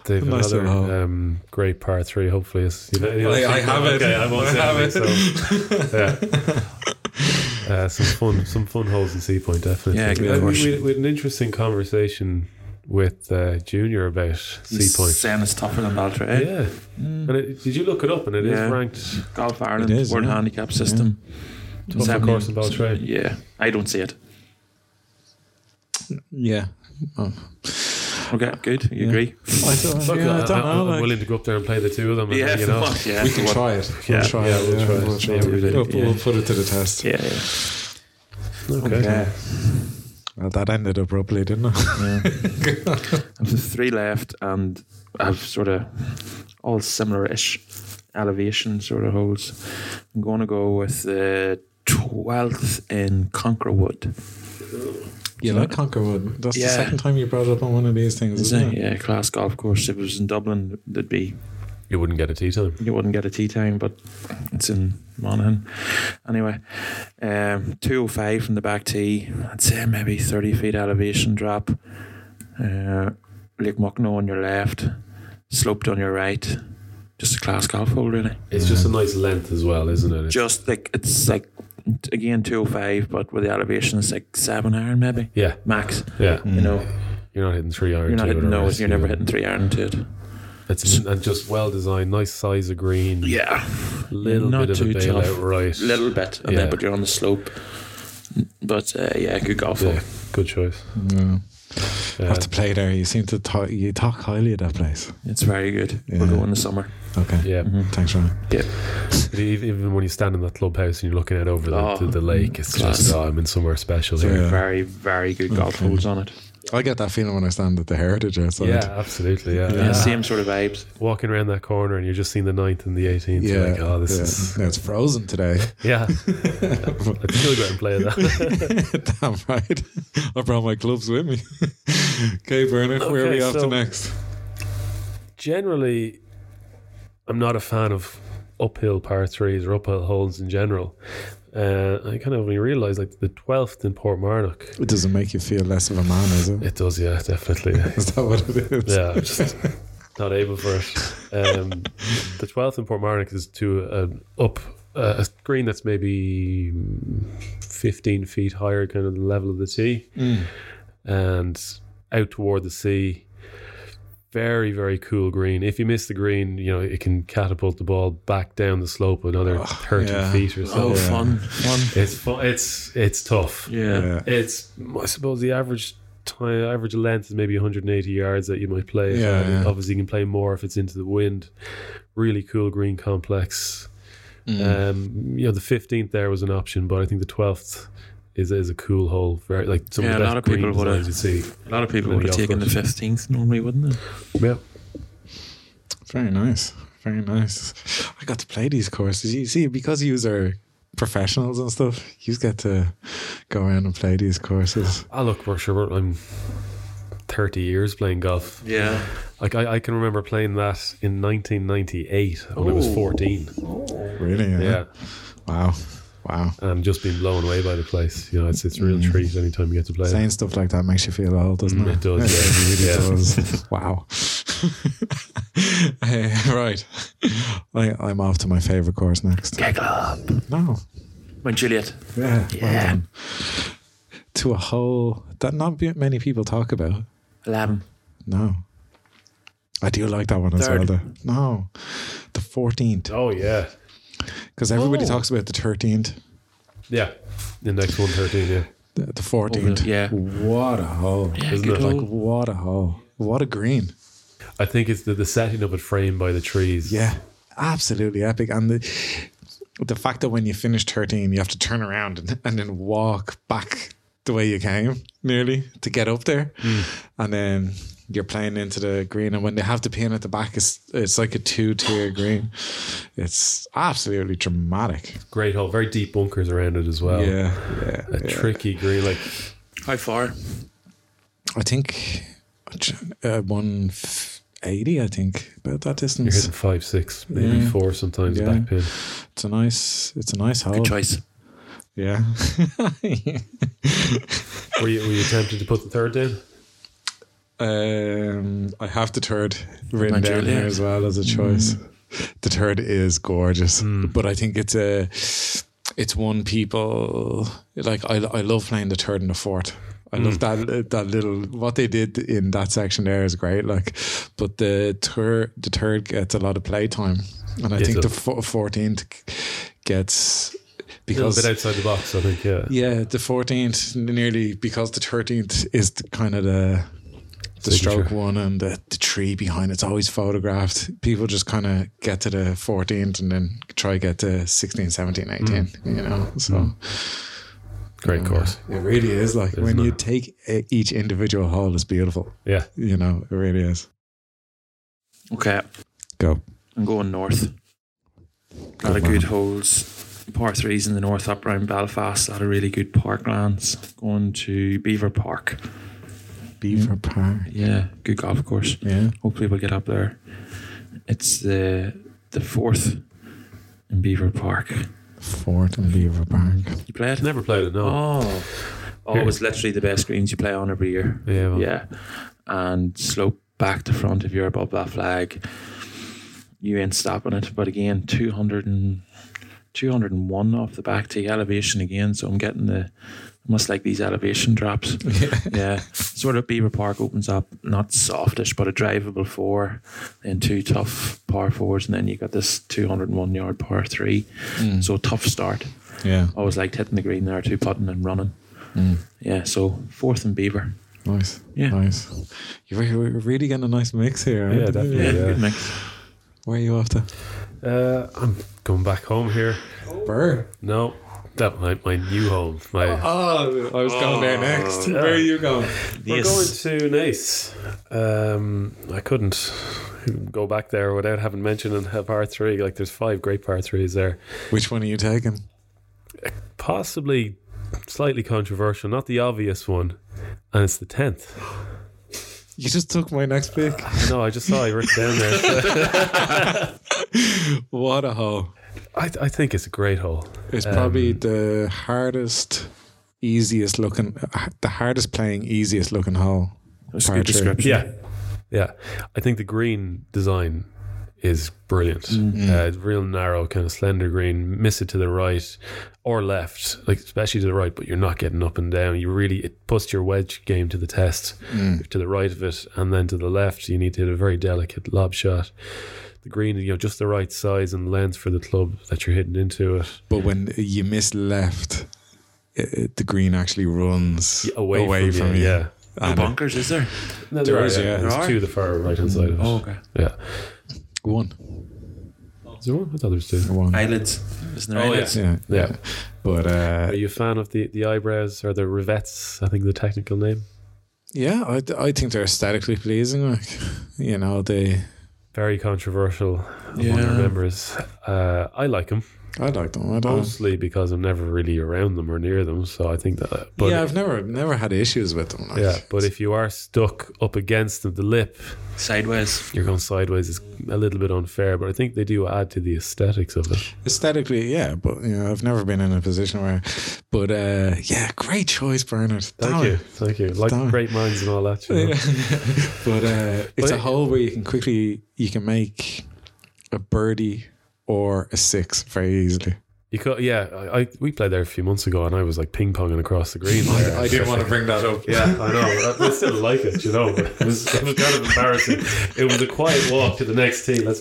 Speaker 3: They've
Speaker 1: Nice
Speaker 3: another
Speaker 1: little hole.
Speaker 3: um, great part three. Hopefully, it's, you know, you know,
Speaker 1: I- I
Speaker 3: okay,
Speaker 1: have it.
Speaker 3: I, won't
Speaker 1: I
Speaker 3: say
Speaker 1: have
Speaker 3: anything, So, yeah. Uh, some fun, some fun holes in Sea Point, definitely.
Speaker 2: Yeah, good
Speaker 3: Uh, we,
Speaker 2: question.
Speaker 3: we, we had an interesting conversation with uh, Junior about Sea Point.
Speaker 2: Saying it's tougher than Baltra. eh?
Speaker 3: Yeah, and it, did you look it up? And it is
Speaker 2: Yeah.
Speaker 3: ranked
Speaker 2: Golf Ireland
Speaker 1: It is,
Speaker 2: World
Speaker 1: yeah.
Speaker 2: Handicap System.
Speaker 3: Tougher
Speaker 2: Seven-
Speaker 3: course than Baltray.
Speaker 2: Yeah, I don't see it.
Speaker 1: Yeah, Oh.
Speaker 2: Okay, good. You agree?
Speaker 1: I don't,
Speaker 3: Look,
Speaker 1: yeah, I
Speaker 3: I,
Speaker 1: don't know.
Speaker 3: am
Speaker 1: like-
Speaker 3: uh, willing to go up there and play the two of them. And,
Speaker 2: Yeah,
Speaker 3: you know,
Speaker 2: fuck, yeah.
Speaker 1: we can
Speaker 2: What-
Speaker 1: try it. We'll
Speaker 2: Yeah.
Speaker 1: try
Speaker 3: Yeah,
Speaker 1: it.
Speaker 3: we'll try it.
Speaker 1: We'll,
Speaker 3: Yeah, we did,
Speaker 1: We'll-
Speaker 3: yeah.
Speaker 1: we'll put it to the test.
Speaker 2: Yeah, yeah.
Speaker 3: okay.
Speaker 1: Well, that ended abruptly, didn't it?
Speaker 2: I've three left, and I've sort of all similar-ish elevation sort of holes. I'm going to go with the twelfth in Conquerwood.
Speaker 1: You like Conquerwood. That's the
Speaker 2: Yeah.
Speaker 1: second time you brought it up on one of these things,
Speaker 2: Is
Speaker 1: isn't
Speaker 2: it?
Speaker 1: it?
Speaker 2: Yeah, class golf course. If it was in Dublin, there'd be
Speaker 3: You wouldn't get a tea time.
Speaker 2: you wouldn't get a tea time, but it's in Monaghan. Anyway, um, 205 from the back tee. I'd say maybe 30 feet elevation drop. Uh, Lake Mucknow on your left, sloped on your right. Just a class golf hole, really.
Speaker 3: It's just a nice length as well, isn't it? It's-
Speaker 2: Just like, it's like, again, 205, but with the elevation, it's like seven iron maybe,
Speaker 3: yeah,
Speaker 2: max.
Speaker 3: yeah.
Speaker 2: You know,
Speaker 3: You're not hitting three iron.
Speaker 2: you're not
Speaker 3: to it
Speaker 2: hitting those,
Speaker 3: or it's-
Speaker 2: you're never
Speaker 3: yeah.
Speaker 2: hitting three iron to it.
Speaker 3: It's and just well designed, nice size of green.
Speaker 2: Yeah.
Speaker 3: little
Speaker 2: Not
Speaker 3: bit of a
Speaker 2: too tough.
Speaker 3: bailout, right?
Speaker 2: Little bit, and
Speaker 3: Yeah.
Speaker 2: then, but you're on the slope. But uh, yeah, good golf hole.
Speaker 3: Yeah, good choice. Um,
Speaker 1: Yeah.
Speaker 3: Yeah.
Speaker 1: have to play there. You seem to talk, you talk highly of that place.
Speaker 2: It's very good.
Speaker 1: Yeah.
Speaker 2: We'll go in the summer. Mm-hmm.
Speaker 1: Okay.
Speaker 3: yeah.
Speaker 1: Thanks, Ryan.
Speaker 3: But e- even when you stand in that clubhouse and you're looking out over the,
Speaker 2: Oh,
Speaker 3: the, the lake, it's
Speaker 2: class.
Speaker 3: just oh, I'm in somewhere special here.
Speaker 1: Yeah.
Speaker 2: Very, very good golf
Speaker 1: Okay.
Speaker 2: holes on it.
Speaker 1: I get that feeling when I stand at the Heritage outside.
Speaker 3: Yeah, absolutely. Yeah.
Speaker 2: Yeah. Same sort of vibes.
Speaker 3: Walking around that corner and you're just seeing the 9th and the 18th. Yeah.
Speaker 1: Yeah,
Speaker 3: You're like, oh, this
Speaker 1: yeah.
Speaker 3: is.
Speaker 1: Yeah, it's frozen today.
Speaker 3: Yeah. I'd still go out and play that.
Speaker 1: Damn right. I brought my clubs with me. okay, Bernard, where are
Speaker 3: Okay,
Speaker 1: we off
Speaker 3: so-
Speaker 1: to next?
Speaker 3: Generally, I'm not a fan of uphill par threes or uphill holes in general. Uh, I kind of only realised like the 12th in Port Marnock.
Speaker 1: It doesn't make you feel less of a man, is it?
Speaker 3: It does, yeah, definitely.
Speaker 1: Is that what it is?
Speaker 3: yeah, I'm just not able for it. Um, the twelfth in Port Marnock is to an up uh, a green that's maybe mm, fifteen feet higher, kind of the level of the sea, and out toward the sea. Very very cool green. If you miss the green, you know it can catapult the ball back down the slope another thirty
Speaker 1: yeah.
Speaker 3: feet or so.
Speaker 2: Oh,
Speaker 1: Yeah.
Speaker 2: fun, fun.
Speaker 3: It's fun. It's it's tough.
Speaker 2: Yeah.
Speaker 3: It's I suppose the average time, average length is maybe 180 yards that you might play.
Speaker 1: Yeah,
Speaker 3: Uh,
Speaker 1: yeah.
Speaker 3: Obviously, you can play more if it's into the wind. Really cool green complex.
Speaker 1: Mm.
Speaker 3: Um, you know, the 15th there was an option, but I think the 12th is is a cool hole. Very like some
Speaker 2: Yeah,
Speaker 3: of
Speaker 2: a
Speaker 3: the
Speaker 2: lot
Speaker 3: best
Speaker 2: of people
Speaker 3: green
Speaker 2: would've-
Speaker 3: designs you see.
Speaker 2: A lot of people
Speaker 3: Little
Speaker 2: would have
Speaker 3: golf
Speaker 2: taken the
Speaker 3: course.
Speaker 2: 15th normally, wouldn't they?
Speaker 3: Yeah,
Speaker 1: Very nice. Very nice. I got to play these courses. You see, because you are professionals and stuff, you get to go around and play these courses.
Speaker 3: I Ah, look for sure. I'm 30 years playing golf.
Speaker 2: Yeah.
Speaker 3: Like I, I can remember playing that in 1998 when I was
Speaker 2: Oh.
Speaker 3: 14.
Speaker 1: Really? Yeah.
Speaker 3: Yeah.
Speaker 1: Wow. Wow.
Speaker 3: and just being blown away by the place. You know, it's it's a
Speaker 1: Mm.
Speaker 3: real treat anytime you get to play. it.
Speaker 1: Saying stuff like that makes you feel old, doesn't
Speaker 3: Mm,
Speaker 1: it?
Speaker 3: it does,
Speaker 1: It
Speaker 3: yeah.
Speaker 1: really
Speaker 3: Yeah.
Speaker 1: does. Wow. Eh, right. I, I'm off to my favorite course next. No.
Speaker 2: Mount Juliet.
Speaker 1: Yeah. Well
Speaker 2: Yeah.
Speaker 1: done. To a hole that not be- many people talk about.
Speaker 2: 11.
Speaker 1: No. I do like that one as well.
Speaker 2: Third.
Speaker 1: Though. No. The 14th.
Speaker 3: Oh yeah,
Speaker 1: Because everybody
Speaker 2: Oh.
Speaker 1: talks about the 13th.
Speaker 3: yeah. The next one thirteen. Yeah,
Speaker 1: The, the 14th.
Speaker 2: yeah.
Speaker 1: What a hole.
Speaker 2: Yeah,
Speaker 3: Isn't
Speaker 2: good
Speaker 3: it like-
Speaker 2: hole.
Speaker 1: What a hole. What a green.
Speaker 3: I think it's the, the setting of it framed by the trees.
Speaker 1: Yeah, absolutely epic. And the the fact that when you finish 13, you have to turn around and, and then walk back the way you came nearly to get up there.
Speaker 3: Hmm.
Speaker 1: And then you're playing into the green. And when they have the pin at the back, it's, it's like a two tier green. It's absolutely dramatic.
Speaker 3: great hole. Very deep bunkers around it as well.
Speaker 1: yeah. Yeah.
Speaker 3: a
Speaker 1: yeah.
Speaker 3: tricky green. Like
Speaker 2: How far?
Speaker 1: I think uh, one f- 80, I think, about that
Speaker 3: You're
Speaker 1: distance.
Speaker 3: hitting five, six, maybe
Speaker 1: Yeah.
Speaker 3: four sometimes
Speaker 1: Yeah.
Speaker 3: back pin.
Speaker 1: It's a nice, it's a nice hole.
Speaker 2: Good choice.
Speaker 1: Yeah.
Speaker 3: Were you, were you tempted to put the third down?
Speaker 1: um, I have deterred written
Speaker 2: Nigeria.
Speaker 1: down here as well as a choice.
Speaker 3: Mm.
Speaker 1: The third is gorgeous, but I think it's a, it's one people like. I, I love playing the third and the fourth. I love
Speaker 3: Mm.
Speaker 1: that that little what they did in that section there is great. Like, but the third the third gets a lot of playtime, and I
Speaker 3: Yes,
Speaker 1: think
Speaker 3: it-
Speaker 1: the fourteenth gets
Speaker 3: A little
Speaker 1: because
Speaker 3: bit outside the box, I think, yeah.
Speaker 1: yeah, the fourteenth nearly because the thirteenth is the, kind of the the
Speaker 3: Signature.
Speaker 1: stroke one and the, the tree behind it's always photographed. People just kind of get to the fourteenth and then try get to 16, 17, 18, You know, so
Speaker 3: Hmm.
Speaker 1: Um,
Speaker 3: Great course.
Speaker 1: it really is like when
Speaker 3: Isn't
Speaker 1: you
Speaker 3: it?
Speaker 1: take e- each individual hole, it's beautiful.
Speaker 3: Yeah.
Speaker 1: You know, it really is.
Speaker 2: Okay,
Speaker 1: Go.
Speaker 2: I'm going north. A lot of
Speaker 1: man.
Speaker 2: good holes. Par threes in the north up around Belfast. A lot of really good parklands. Going to Beaver Park.
Speaker 1: Beaver Park.
Speaker 2: Yeah, good golf course.
Speaker 1: Yeah.
Speaker 2: Hopefully we'll get up there. It's the the fourth in Beaver Park.
Speaker 1: Fort and Beaver Park.
Speaker 2: You play it?
Speaker 3: Never played it, no.
Speaker 2: Oh. Oh, it was literally the best greens you play on every year.
Speaker 3: Yeah, well,
Speaker 2: Yeah. And slope back to front if you're above that flag. You ain't stopping it. But again, 200 and, 201 off the back tee elevation again. So I'm getting the, I must like these elevation drops. yeah. Sort of Beaver Park opens up, not softish, but a drivable four, then two tough par fours. And then you got this 201 yard par three.
Speaker 3: Hmm.
Speaker 2: So tough start.
Speaker 1: Yeah.
Speaker 2: Always liked hitting the green there, two putting and running.
Speaker 3: Hmm.
Speaker 2: Yeah. So fourth and Beaver.
Speaker 1: Nice.
Speaker 2: Yeah.
Speaker 1: Nice. You're, you're really getting a nice mix here.
Speaker 3: Yeah,
Speaker 1: aren't you?
Speaker 3: definitely. Yeah.
Speaker 2: good mix.
Speaker 1: Where are you after?
Speaker 3: Uh, I'm going back home here.
Speaker 1: Burr.
Speaker 3: No, that my, my new home. My,
Speaker 1: Oh, I was going there next. Where are you going?
Speaker 3: We're
Speaker 2: Yes.
Speaker 3: going to Nice. Um, I couldn't go back there without having mentioned in a par three. Like, there's five great par threes there.
Speaker 1: Which one are you taking?
Speaker 3: Possibly slightly controversial, not the obvious one, and it's the tenth.
Speaker 1: You just took my next pick.
Speaker 3: I know. I just saw I wrote it down there.
Speaker 1: What a hole.
Speaker 3: I, I think it's a great hole.
Speaker 1: It's probably the hardest, easiest looking, the hardest playing, easiest looking hole.
Speaker 2: That's
Speaker 1: Par
Speaker 2: good
Speaker 1: tree.
Speaker 2: description.
Speaker 3: Yeah, yeah. I think the green design is brilliant.
Speaker 2: Mm.
Speaker 3: Uh, it's real narrow, kind of slender green. Miss it to the right or left, like especially to the right, but you're not getting up and down. You really it puts your wedge game to the test.
Speaker 1: Mm.
Speaker 3: To the right of it, and then to the left, you need to hit a very delicate lob shot. The green, you know, just the right size and length for the club that you're hitting into it.
Speaker 1: But when you miss left, it, it- the green actually runs
Speaker 3: Away, from, you, yeah.
Speaker 2: No
Speaker 1: And
Speaker 2: bunkers, is there?
Speaker 3: No,
Speaker 1: There is, yeah.
Speaker 3: There's
Speaker 2: There are? Oh.
Speaker 3: two to the far right hand side of it.
Speaker 2: okay.
Speaker 3: Yeah.
Speaker 1: One.
Speaker 3: Is there one? I thought there was two.
Speaker 1: One.
Speaker 2: Eyelids. Isn't there
Speaker 3: Oh,
Speaker 2: eyelids?
Speaker 1: yeah.
Speaker 3: Yeah.
Speaker 1: But uh,
Speaker 3: Are you a fan of the, the eyebrows or the rivets? I think the technical name.
Speaker 1: yeah, I, I think they're aesthetically pleasing. Like, you know, they.
Speaker 3: Very controversial among
Speaker 2: Yeah.
Speaker 3: our members. Uh, I like them
Speaker 1: I like them. I don't.
Speaker 3: mostly because I'm never really around them or near them. So I think that. But
Speaker 1: Yeah, I've never never had issues with them. Like.
Speaker 3: yeah, but if you are stuck up against the, the lip,
Speaker 2: Sideways.
Speaker 3: you're going sideways. It's a little bit unfair, but I think they do add to the aesthetics of it.
Speaker 1: aesthetically, yeah, but you know, I've never been in a position where. But uh, yeah, great choice, Bernard.
Speaker 3: Thank
Speaker 1: Damn
Speaker 3: you,
Speaker 1: it.
Speaker 3: thank you. Like
Speaker 1: Damn it.
Speaker 3: great minds and all that. You know?
Speaker 1: But uh, it's a hole where you can quickly you can make a birdie or a six very easily.
Speaker 3: You could, yeah. I, I we played there a few months ago, and I was like ping ponging across the green. there.
Speaker 1: didn't want to bring that up.
Speaker 3: Yeah, I know. I, I still like it, you know. But it was, it was kind of embarrassing. It was a quiet walk to the next tee. Let's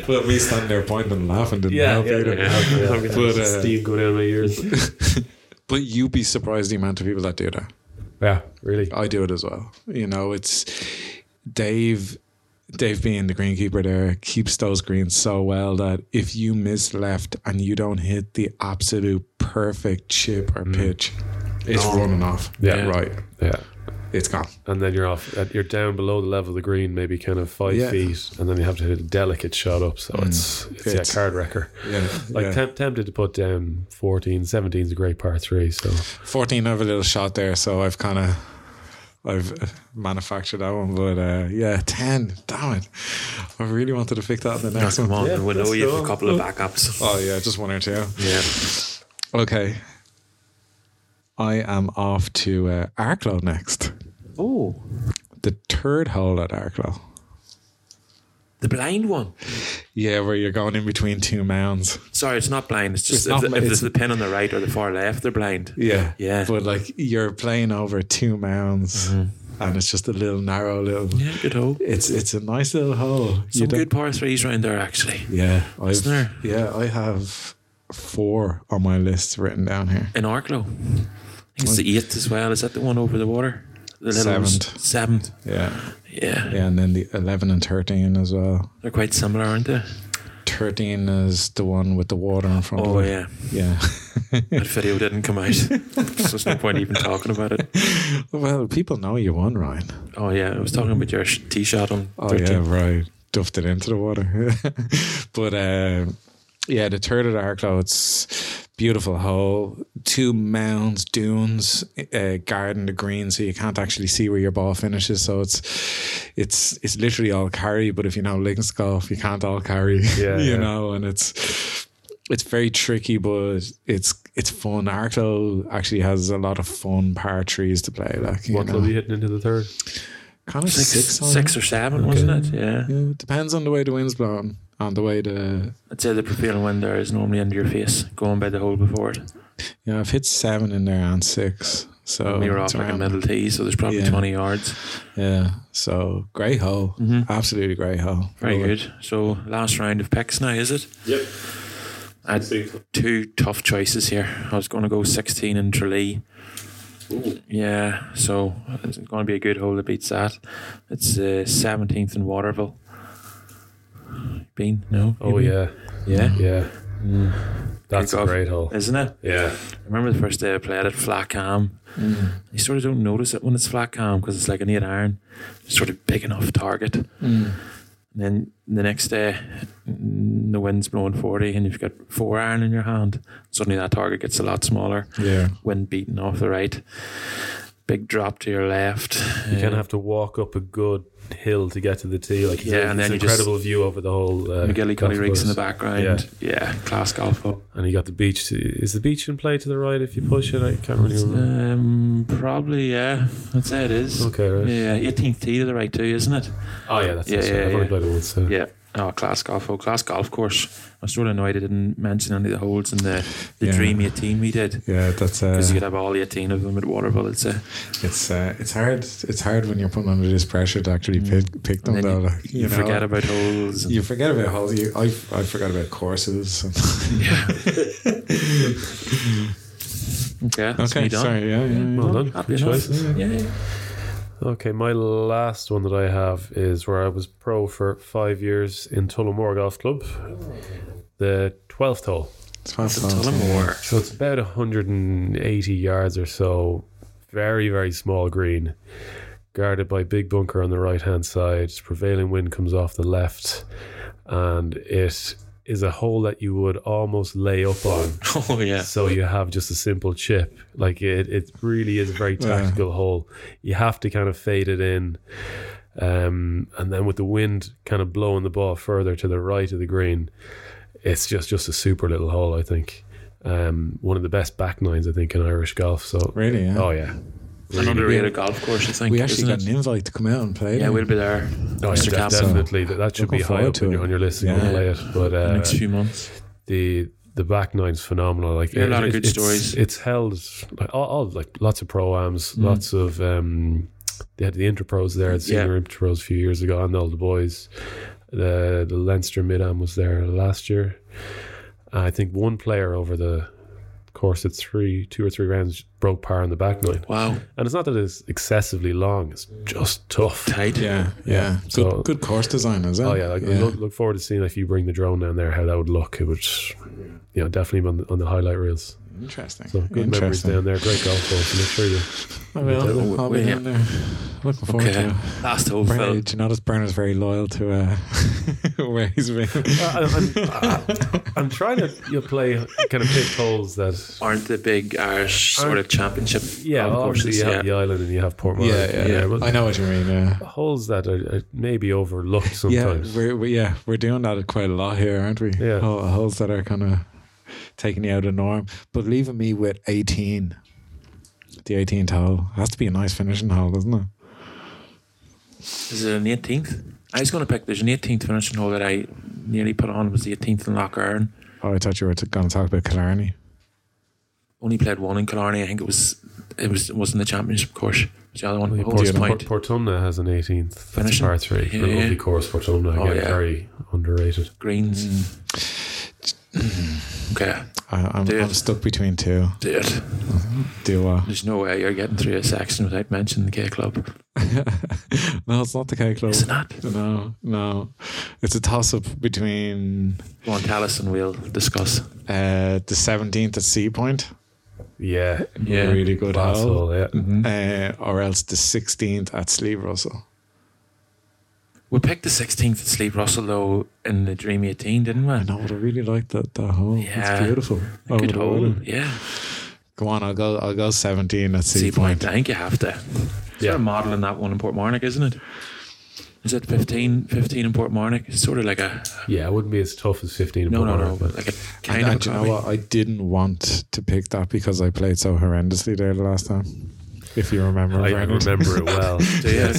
Speaker 1: but we stand there pointing and laughing, didn't
Speaker 3: yeah, yeah,
Speaker 1: help
Speaker 3: yeah,
Speaker 1: either.
Speaker 3: yeah.
Speaker 1: But, uh,
Speaker 3: Steve go down my ears.
Speaker 1: But you'd be surprised the amount of people that do that.
Speaker 3: Yeah, really.
Speaker 1: I do it as well. You know, it's Dave. Dave being the greenkeeper there keeps those greens so well that if you miss left and you don't hit the absolute perfect chip or pitch, it's running off.
Speaker 3: Yeah.
Speaker 1: right.
Speaker 3: Yeah,
Speaker 1: It's gone.
Speaker 3: and then you're off. uh, You're down below the level of the green, maybe kind of five
Speaker 1: Yeah.
Speaker 3: feet, and then you have to hit a delicate shot up.
Speaker 2: Mm.
Speaker 3: So it's it's,
Speaker 1: It's-
Speaker 3: yeah, card wrecker.
Speaker 1: Yeah,
Speaker 3: Like
Speaker 1: yeah.
Speaker 3: temp- tempted to put down 14, 17 is a great par three. So
Speaker 1: fourteen. I have a little shot there, so I've kind of I've manufactured that one, but uh, yeah, ten. Damn it! I really wanted to pick that in the next
Speaker 2: Come
Speaker 1: one.
Speaker 2: on,
Speaker 3: Yeah,
Speaker 2: we know
Speaker 3: let's
Speaker 2: you
Speaker 3: go.
Speaker 2: have a couple of backups.
Speaker 1: Oh yeah, just one or two.
Speaker 2: Yeah.
Speaker 1: Okay, I am off to uh, Arklow next.
Speaker 2: Oh,
Speaker 1: The third hole at Arklow.
Speaker 2: the blind one.
Speaker 1: Yeah, where you're going in between two mounds.
Speaker 2: Sorry, it's not blind. It's
Speaker 1: It's
Speaker 2: just
Speaker 1: not
Speaker 2: if,
Speaker 1: bl-
Speaker 2: if
Speaker 1: it's-
Speaker 2: there's the pin on the right or the far left, they're blind.
Speaker 1: Yeah.
Speaker 2: Yeah.
Speaker 1: But like you're playing over two mounds
Speaker 2: Mm-hmm.
Speaker 1: and it's just a little narrow little
Speaker 2: Yeah, good hole.
Speaker 1: it's it's a nice little hole.
Speaker 2: Some
Speaker 1: don't-
Speaker 2: good par threes round there, actually.
Speaker 1: Yeah. I've,
Speaker 2: there?
Speaker 1: Yeah, I have four on my list written down here.
Speaker 2: In Arklow. I think it's the eighth as well. Is that the one over the water? The little
Speaker 1: Seventh.
Speaker 2: Seventh.
Speaker 1: Yeah.
Speaker 2: Yeah.
Speaker 1: Yeah, and then the eleven and thirteen as well.
Speaker 2: They're quite similar, aren't they?
Speaker 1: Thirteen is the one with the water in front
Speaker 2: Oh,
Speaker 1: of it.
Speaker 2: yeah.
Speaker 1: Yeah.
Speaker 2: That video didn't come out. so there's no point even talking about it.
Speaker 1: Well, people know you won, Ryan.
Speaker 2: Oh, yeah. I was talking about your sh- tee shot on
Speaker 1: Oh
Speaker 2: 13.
Speaker 1: yeah, right. Duffed it into the water. but um, yeah, the third at Arklow, it's beautiful hole. Two mounds, dunes, uh, garden the green, so you can't actually see where your ball finishes. So it's it's it's literally all carry. But if you know Links golf, you can't all carry.
Speaker 3: Yeah,
Speaker 1: you
Speaker 3: yeah.
Speaker 1: know, and it's it's very tricky, but it's it's fun. Arklow actually has a lot of fun par trees to play. Like you
Speaker 3: What
Speaker 1: know.
Speaker 3: will be hitting into the third?
Speaker 1: kind of
Speaker 2: Six,
Speaker 1: six, on it.
Speaker 2: six or seven, wasn't it? Yeah.
Speaker 1: Yeah, it depends on the way the wind's blowing, on the way the.
Speaker 2: I'd say the prevailing wind there is normally under your face, going by the hole before it.
Speaker 1: Yeah, I've hit seven in there and six. So
Speaker 2: we were off
Speaker 1: it's
Speaker 2: like a
Speaker 1: around-
Speaker 2: middle tee, so there's probably
Speaker 1: Yeah.
Speaker 2: 20 yards. Mm-hmm.
Speaker 1: Yeah, so great hole, absolutely great hole.
Speaker 2: Mm. Very
Speaker 1: Love it.
Speaker 2: good. So last round of picks now, is it?
Speaker 3: Yep.
Speaker 2: I had two tough choices here. I was going to go 16 in Tralee. Yeah, so it's going to be a good hole that beats that. It's uh, 17th in Waterville. Been? No?
Speaker 3: Oh
Speaker 2: You been?
Speaker 3: yeah, Mm-hmm.
Speaker 2: Yeah.
Speaker 3: yeah. Mm. That's a
Speaker 2: Good golf.
Speaker 3: great hole.
Speaker 2: Isn't it?
Speaker 3: Yeah,
Speaker 2: I remember the first day I played it, flat cam.
Speaker 1: Mm.
Speaker 2: You sort of don't notice it when it's flat cam because it's like an eight iron, sort of big enough target. Mm. And then the next day, mm, the wind's blowing 40 and you've got four iron in your hand. Suddenly that target gets a lot smaller.
Speaker 1: Yeah,
Speaker 2: Wind beating off the right. Big drop to your left.
Speaker 3: you kind of have to walk up a good hill to get to the tee. Like
Speaker 2: Yeah,
Speaker 3: it's,
Speaker 2: and
Speaker 3: it's
Speaker 2: then
Speaker 3: an
Speaker 2: you just-
Speaker 3: incredible view over the whole. Uh,
Speaker 2: McGilly
Speaker 3: golf
Speaker 2: Cully Riggs in the
Speaker 3: course.
Speaker 2: background. Yeah, class golf up.
Speaker 3: and you got the beach. To, is the beach in play to the right if you push it? I can't
Speaker 2: uh,
Speaker 3: really remember.
Speaker 2: Um, probably, yeah. I'd say it is.
Speaker 3: Okay, right.
Speaker 2: Yeah, 18th tee to the right, too, isn't it?
Speaker 3: Oh yeah, that's
Speaker 2: Yeah,
Speaker 3: it.
Speaker 2: yeah,
Speaker 3: I've only
Speaker 2: yeah.
Speaker 3: played it once. So.
Speaker 2: Yeah. Oh, class golf. Oh, class golf course. I was sort of annoyed I didn't mention any of the holes in the, the
Speaker 1: Yeah.
Speaker 2: Dream 18 we did.
Speaker 1: yeah, that's uh,
Speaker 2: Because you could have all 18 of them at Waterville. It's a,
Speaker 1: it's uh, it's hard. It's hard when you're put under this pressure to actually pick pick them
Speaker 2: Mm. and
Speaker 1: though.
Speaker 2: then you,
Speaker 1: like,
Speaker 2: you,
Speaker 1: you know,
Speaker 2: forget about holes. And,
Speaker 1: You forget about holes. You, I I forgot about courses.
Speaker 2: yeah, that's me
Speaker 1: okay,
Speaker 2: done.
Speaker 1: sorry. Yeah, yeah, yeah.
Speaker 3: Well done.
Speaker 2: Happy
Speaker 3: Good
Speaker 2: enough.
Speaker 3: choice.
Speaker 2: Yeah.
Speaker 3: Okay, my last one that I have is where I was pro for five years in Tullamore Golf Club, the 12th hole.
Speaker 1: It's fine, fine,
Speaker 2: Tell 'em
Speaker 1: fine.
Speaker 2: more.
Speaker 3: So it's about 180 yards or so. Very, very small green. Guarded by big bunker on the right hand side. Prevailing wind comes off the left. And it is a hole that you would almost lay up on.
Speaker 2: Oh, yeah.
Speaker 3: So you have just a simple chip. Like it, it really is a very tactical hole. You have to kind of fade it in. Um, and then with the wind kind of blowing the ball further to the right of the green, it's just, just a super little hole, I think. Um, one of the best back nines, I think, in Irish golf. So,
Speaker 1: Really? Yeah.
Speaker 3: oh, yeah.
Speaker 2: An underrated golf course, I think.
Speaker 1: we actually
Speaker 2: isn't
Speaker 1: got
Speaker 2: it?
Speaker 1: an invite to come out and play.
Speaker 2: Yeah,
Speaker 1: it.
Speaker 2: we'll be there.
Speaker 3: Oh,
Speaker 2: Mr.
Speaker 3: yeah, def-
Speaker 2: Castle.
Speaker 3: definitely. That, that should
Speaker 1: Looking
Speaker 3: be high
Speaker 1: forward
Speaker 3: up
Speaker 1: to
Speaker 3: on
Speaker 1: it.
Speaker 3: your, on your list. Yeah.
Speaker 1: Yeah.
Speaker 3: play it. But, uh,
Speaker 2: Next few months.
Speaker 3: the the back nine's phenomenal. Like
Speaker 2: Hear a lot of good
Speaker 3: it's,
Speaker 2: stories. Mm.
Speaker 3: It's held like all, all like lots of proams, lots of um. They had the interpros there, the senior interpros a few years ago, and all the boys. The the Leinster mid am was there last year. I think one player over the course at three, two or three rounds broke par on the back nine,
Speaker 2: Wow.
Speaker 3: and it's not that it's excessively long; it's just tough.
Speaker 2: Tight.
Speaker 1: Yeah, yeah. Good,
Speaker 3: So-
Speaker 1: good course design, is it?
Speaker 3: Oh yeah, like, Look, look forward to seeing if you bring the drone down there, how that would look. It would, you know, definitely be on the, on the highlight reels.
Speaker 1: interesting.
Speaker 3: So good memories
Speaker 1: interesting.
Speaker 3: down there. Great golf course. Make sure you
Speaker 1: I'll be,
Speaker 2: do.
Speaker 1: on there. I'll be
Speaker 2: Yeah.
Speaker 1: on there. Looking forward
Speaker 2: Okay.
Speaker 1: to it.
Speaker 2: Last hole,
Speaker 1: Bernard,
Speaker 2: Phil.
Speaker 1: do you notice Bernard's very loyal to uh, where he's been?
Speaker 3: Uh, I, I'm, I'm trying to you know, play kind of pick holes that.
Speaker 2: Aren't the big Irish sort of championship
Speaker 3: Yeah,
Speaker 2: golf
Speaker 3: obviously
Speaker 2: courses?
Speaker 3: you have
Speaker 2: Yeah.
Speaker 3: the island and you have Port Murray.
Speaker 1: yeah, yeah,
Speaker 3: but
Speaker 1: I know what you mean. Yeah,
Speaker 3: holes that are, are maybe overlooked
Speaker 1: yeah,
Speaker 3: sometimes.
Speaker 1: we're we, yeah we're doing that quite a lot here, aren't we?
Speaker 3: Yeah.
Speaker 1: Hol- holes that are kind of taking you out of norm, but leaving me with eighteen. The 18th hole has to be a nice finishing hole, doesn't it?
Speaker 2: Is it an 18th? I was going to pick. There's an 18th finishing hole that I nearly put on. It was the 18th in Loch Iron.
Speaker 1: Oh, I thought you were going to talk about Killarney.
Speaker 2: Only played one in Killarney. I think it was it was it wasn't the championship course. It was the other one.
Speaker 3: Port,
Speaker 2: Horace Point.
Speaker 3: Port- Portumna has an 18th. That's
Speaker 2: Finishing.
Speaker 3: par three.
Speaker 2: Yeah,
Speaker 3: a
Speaker 2: yeah.
Speaker 3: lovely course, Portumna.
Speaker 2: Oh,
Speaker 3: Again,
Speaker 2: yeah.
Speaker 3: very underrated.
Speaker 2: Greens.
Speaker 1: Mm.
Speaker 2: okay,
Speaker 1: I, I'm,
Speaker 2: Dude.
Speaker 1: I'm stuck between two.
Speaker 2: do it.
Speaker 1: Do uh, I?
Speaker 2: There's no way you're getting through a section without mentioning the K Club.
Speaker 1: no, it's not the K Club.
Speaker 2: Is it not?
Speaker 1: No, no. It's a toss up between
Speaker 2: Go on, tell us and we'll discuss.
Speaker 1: uh, the 17th at Sea Point,
Speaker 3: Yeah.
Speaker 2: Yeah.
Speaker 1: really good
Speaker 3: Class
Speaker 1: hole,
Speaker 3: hole, yeah.
Speaker 1: uh, or else the 16th at Sleeve Russell.
Speaker 2: We picked the 16th at Sleep Russell, though, in the Dream 18, didn't we?
Speaker 1: I know, but I really like that, that hole.
Speaker 2: Yeah.
Speaker 1: It's beautiful. Over
Speaker 2: Good
Speaker 1: the
Speaker 2: hole.
Speaker 1: water.
Speaker 2: Yeah.
Speaker 1: Go on, I'll go, I'll go 17 at Sea,
Speaker 2: Sea
Speaker 1: Point.
Speaker 2: Point. I think you have to.
Speaker 3: Yeah.
Speaker 2: Sort of modelling that one in Port Marnock, isn't it? Is it 15, 15 in Port Marnock? It's sort of like a.
Speaker 3: Yeah, it wouldn't be as tough as 15 in
Speaker 2: No,
Speaker 3: Port
Speaker 2: no,
Speaker 3: Murray,
Speaker 2: no.
Speaker 3: but
Speaker 2: Like a kind
Speaker 1: And, and
Speaker 2: of.
Speaker 1: do
Speaker 2: a
Speaker 1: you know
Speaker 2: copy.
Speaker 1: what? I didn't want to pick that because I played so horrendously there the last time. If you remember,
Speaker 3: I
Speaker 1: Bernard.
Speaker 3: remember it well.
Speaker 2: Do you?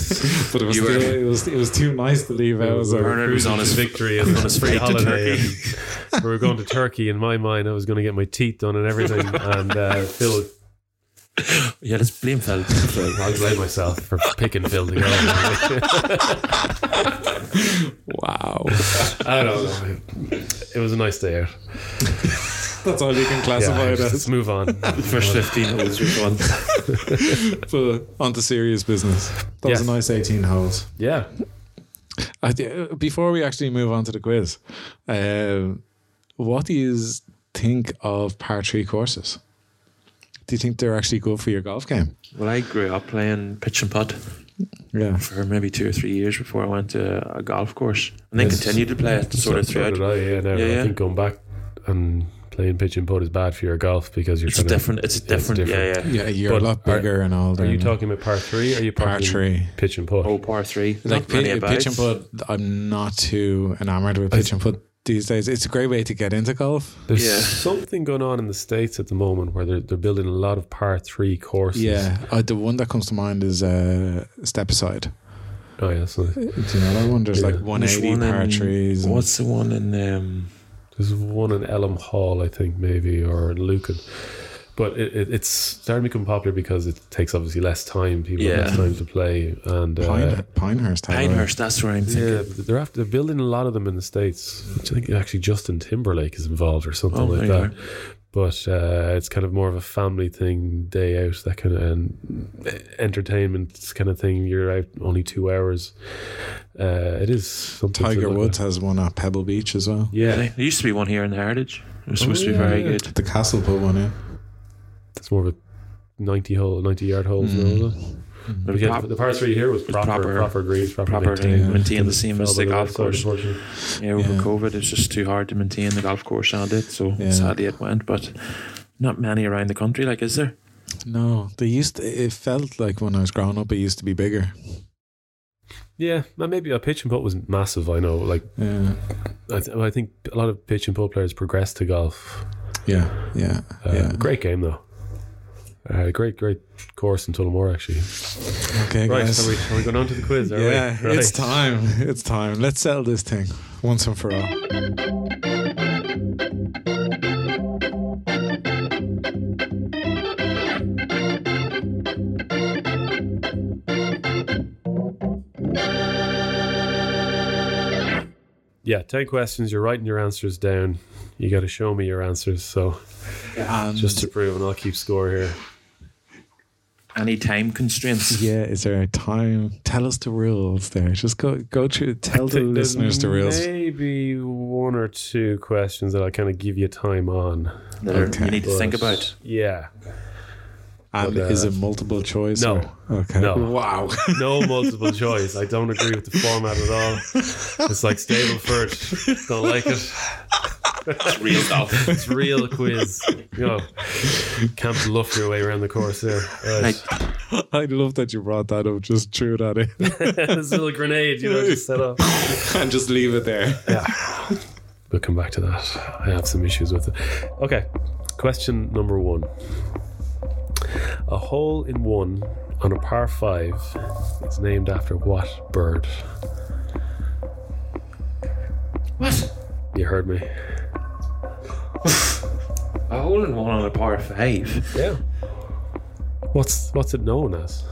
Speaker 1: but it was,
Speaker 2: You were-
Speaker 1: still, it was it was too nice to leave out. so-
Speaker 2: Bernard was on his
Speaker 3: victory and on his free holiday. and we were going to Turkey. In my mind, I was going to get my teeth done and everything. And uh, Phil,
Speaker 2: Yeah, let's blame Phil.
Speaker 3: I blame myself for picking Phil to go.
Speaker 1: Wow,
Speaker 3: I don't know. It was a nice day out.
Speaker 1: that's all you can classify
Speaker 3: Yeah,
Speaker 1: it as.
Speaker 3: let's move on.
Speaker 2: First 15 holes we've won.
Speaker 1: But onto serious business. That was
Speaker 3: Yes.
Speaker 1: a nice 18 holes.
Speaker 3: Yeah.
Speaker 1: I thi- Before we actually move on to the quiz, um, what do you think of par three courses? Do you think they're actually good for your golf game?
Speaker 2: Well, I grew up playing pitch and putt
Speaker 1: Yeah.
Speaker 2: for maybe two or three years before I went to a golf course and then
Speaker 1: Yes.
Speaker 2: continued to play it sort of
Speaker 3: So did
Speaker 2: throughout.
Speaker 3: I, yeah, no,
Speaker 2: Yeah, yeah.
Speaker 3: I think going back and playing pitch and putt is bad for your golf because you're
Speaker 2: It's
Speaker 3: trying to-
Speaker 2: different. It's different. Yeah, yeah.
Speaker 1: Yeah, you're
Speaker 3: But
Speaker 1: a lot bigger and older.
Speaker 3: Are you
Speaker 1: and-
Speaker 3: talking about par three? Or are you
Speaker 1: Par
Speaker 3: talking
Speaker 1: three.
Speaker 3: pitch and putt?
Speaker 2: Oh, par three.
Speaker 1: like
Speaker 2: Not many
Speaker 1: pi-
Speaker 2: about.
Speaker 1: pitch and putt, I'm not too enamored with pitch and putt these days. It's a great way to get into golf.
Speaker 3: There's
Speaker 2: Yeah.
Speaker 3: something going on in the states at the moment where they're they're building a lot of par three courses.
Speaker 1: Yeah, uh, the one that comes to mind is uh, step aside.
Speaker 3: Oh yeah. So
Speaker 1: Do you know that one? There's like
Speaker 3: Yeah.
Speaker 1: 180
Speaker 2: There's one
Speaker 1: par
Speaker 2: in-
Speaker 1: trees. and-
Speaker 2: What's the one in um,
Speaker 3: there's one in Elm Hall, I think, maybe, or in Lucan. But it, it, it's starting to become popular because it takes obviously less time. People have less
Speaker 2: Yeah.
Speaker 3: time to play, and uh,
Speaker 1: Pine, Pinehurst. Highway.
Speaker 2: Pinehurst? That's where I'm thinking.
Speaker 3: yeah, but they're after they're building a lot of them in the states. Which I think actually Justin Timberlake is involved or something
Speaker 2: Oh,
Speaker 3: like
Speaker 2: there you
Speaker 3: that. But uh, it's kind of more of a family thing, day out, that kind of and entertainment kind of thing. You're out only two hours. Uh, it is something to
Speaker 1: Tiger
Speaker 3: look
Speaker 1: Woods
Speaker 3: at.
Speaker 1: has one at Pebble Beach as well.
Speaker 3: Yeah,
Speaker 2: There used to be one here in the Heritage. It was
Speaker 3: Oh,
Speaker 2: supposed to be
Speaker 3: yeah,
Speaker 2: very
Speaker 3: yeah.
Speaker 2: good.
Speaker 1: The Castle put one in.
Speaker 3: it's more of a ninety hole, ninety yard hole. But again,
Speaker 2: Mm. Prop-
Speaker 3: the par three here was proper, proper,
Speaker 2: proper-
Speaker 3: greens, proper,
Speaker 2: proper
Speaker 3: maintained.
Speaker 2: to maintain the same
Speaker 3: Fell
Speaker 2: as
Speaker 3: by
Speaker 2: the golf
Speaker 3: wayside,
Speaker 2: course.
Speaker 3: unfortunately.
Speaker 2: Yeah, over
Speaker 1: Yeah.
Speaker 2: COVID, it's just too hard to maintain the golf course and it. So
Speaker 1: Yeah.
Speaker 2: sadly, it went. But not many around the country. Like, is there?
Speaker 1: No, they used. To, it felt like when I was growing up, it used to be bigger.
Speaker 3: Yeah, and maybe a pitch and putt was massive. I know, like
Speaker 1: Yeah,
Speaker 3: I, th- I think a lot of pitch and putt players progress to golf.
Speaker 1: yeah, yeah,
Speaker 3: Uh,
Speaker 1: yeah.
Speaker 3: Great game though. Uh, great, great course in Tullamore actually.
Speaker 1: Okay,
Speaker 3: Right,
Speaker 1: guys.
Speaker 3: so we, are we going on to the quiz? Are we?
Speaker 1: yeah,
Speaker 3: Right.
Speaker 1: it's time. It's time. Let's settle this thing once and for all.
Speaker 3: Yeah, ten questions. You're writing your answers down. You got to show me your answers. So
Speaker 1: And
Speaker 3: just
Speaker 2: Mm.
Speaker 3: to prove, and I'll keep score here.
Speaker 2: Any time constraints?
Speaker 1: yeah, is there a time? Tell us the rules. There, just go go through. Tell the
Speaker 3: think there's
Speaker 1: listeners the rules.
Speaker 3: Maybe one or two questions that I kind of give you time on.
Speaker 2: That are-
Speaker 1: Okay.
Speaker 2: you need to
Speaker 3: but-
Speaker 2: think about.
Speaker 3: Yeah.
Speaker 1: And
Speaker 3: But, uh,
Speaker 1: is it multiple choice?
Speaker 3: no.
Speaker 1: or- Okay.
Speaker 3: No.
Speaker 1: Wow.
Speaker 3: No multiple choice. I don't agree with the format at all. It's like Stableford. Don't like it.
Speaker 2: It's real stuff.
Speaker 3: It's real quiz. You know, can't bluff your way around the course there. Right.
Speaker 1: I love that you brought that up. Just threw that in
Speaker 3: this little grenade, you know, just set up.
Speaker 1: and just leave it there.
Speaker 3: We'll come back to that. I have some issues with it. Okay, question number one. A hole in one on a par five is named after what bird?
Speaker 2: What?
Speaker 3: You heard me.
Speaker 2: A hole in one on a par five.
Speaker 3: Yeah. What's what's it known as?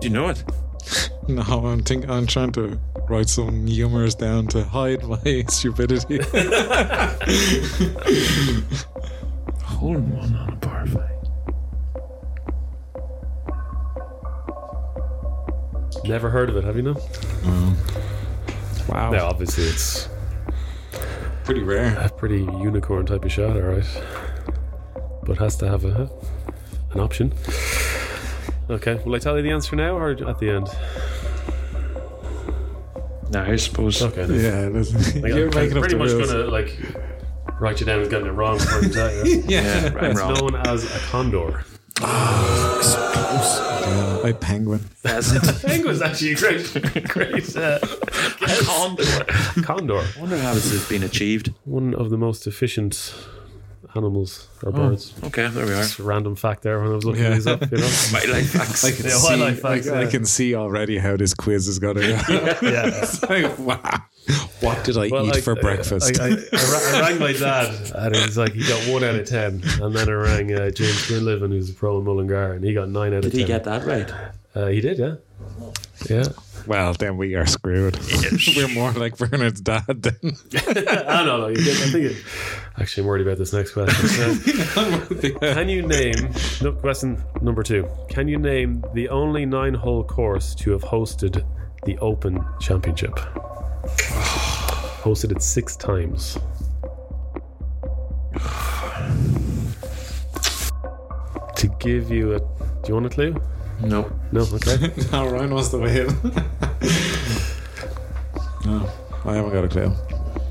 Speaker 2: Do you know it?
Speaker 1: No, I'm think I'm trying to write some humors down to hide my stupidity.
Speaker 2: A hole in one on a par five.
Speaker 3: Never heard of it, have you? No.
Speaker 2: Oh.
Speaker 1: wow.
Speaker 3: No, obviously it's
Speaker 1: Pretty rare.
Speaker 3: a pretty unicorn type of shot, all right. But has to have a an option. Okay, will I tell you the answer now or at the end?
Speaker 2: No, I suppose.
Speaker 3: Okay. no.
Speaker 1: Yeah, listen,
Speaker 3: Like,
Speaker 1: you're
Speaker 3: I'm
Speaker 1: making up
Speaker 3: pretty
Speaker 1: the
Speaker 3: much
Speaker 1: rules.
Speaker 3: gonna like write you down as getting it wrong before I tell you.
Speaker 2: Yeah, I'm
Speaker 3: It's
Speaker 2: wrong.
Speaker 3: known as a condor.
Speaker 2: It's close.
Speaker 1: Yeah, Uh, like penguin.
Speaker 2: Pheasant.
Speaker 3: Penguin's actually a great, great uh,
Speaker 2: Condor. I
Speaker 3: condor.
Speaker 2: wonder how this has been achieved.
Speaker 3: One of the most efficient animals or birds.
Speaker 2: Okay, there we are.
Speaker 3: Just a random fact there when I was looking
Speaker 1: Yeah.
Speaker 3: these up. You know,
Speaker 2: My life facts.
Speaker 1: I can,
Speaker 3: Yeah,
Speaker 1: see,
Speaker 3: wildlife facts,
Speaker 1: I, I
Speaker 3: yeah.
Speaker 1: can see already how this quiz is going to go.
Speaker 3: yeah.
Speaker 1: It's like, wow. What did I
Speaker 3: Well,
Speaker 1: eat
Speaker 3: I-
Speaker 1: for
Speaker 3: I-
Speaker 1: breakfast?
Speaker 3: uh, I, I, I, ra- I rang my dad, and he's like, he got one out of ten. And then I rang uh, James Quinlivan, who's a pro in Mullingar, and he got nine out of
Speaker 2: Did he
Speaker 3: ten.
Speaker 2: get that right?
Speaker 3: Uh, he did, yeah. Yeah,
Speaker 1: well, then we are screwed. We're more like Bernard's dad then.
Speaker 3: I don't know. You did, I think it, actually, I'm worried about this next question. Uh, can you name no, question number two? Can you name the only nine-hole course to have hosted the Open Championship? Hosted it six times. To give you a, do you want a clue?
Speaker 2: No.
Speaker 3: No, okay.
Speaker 1: no, Ryan wants to win. no, I haven't got a clue.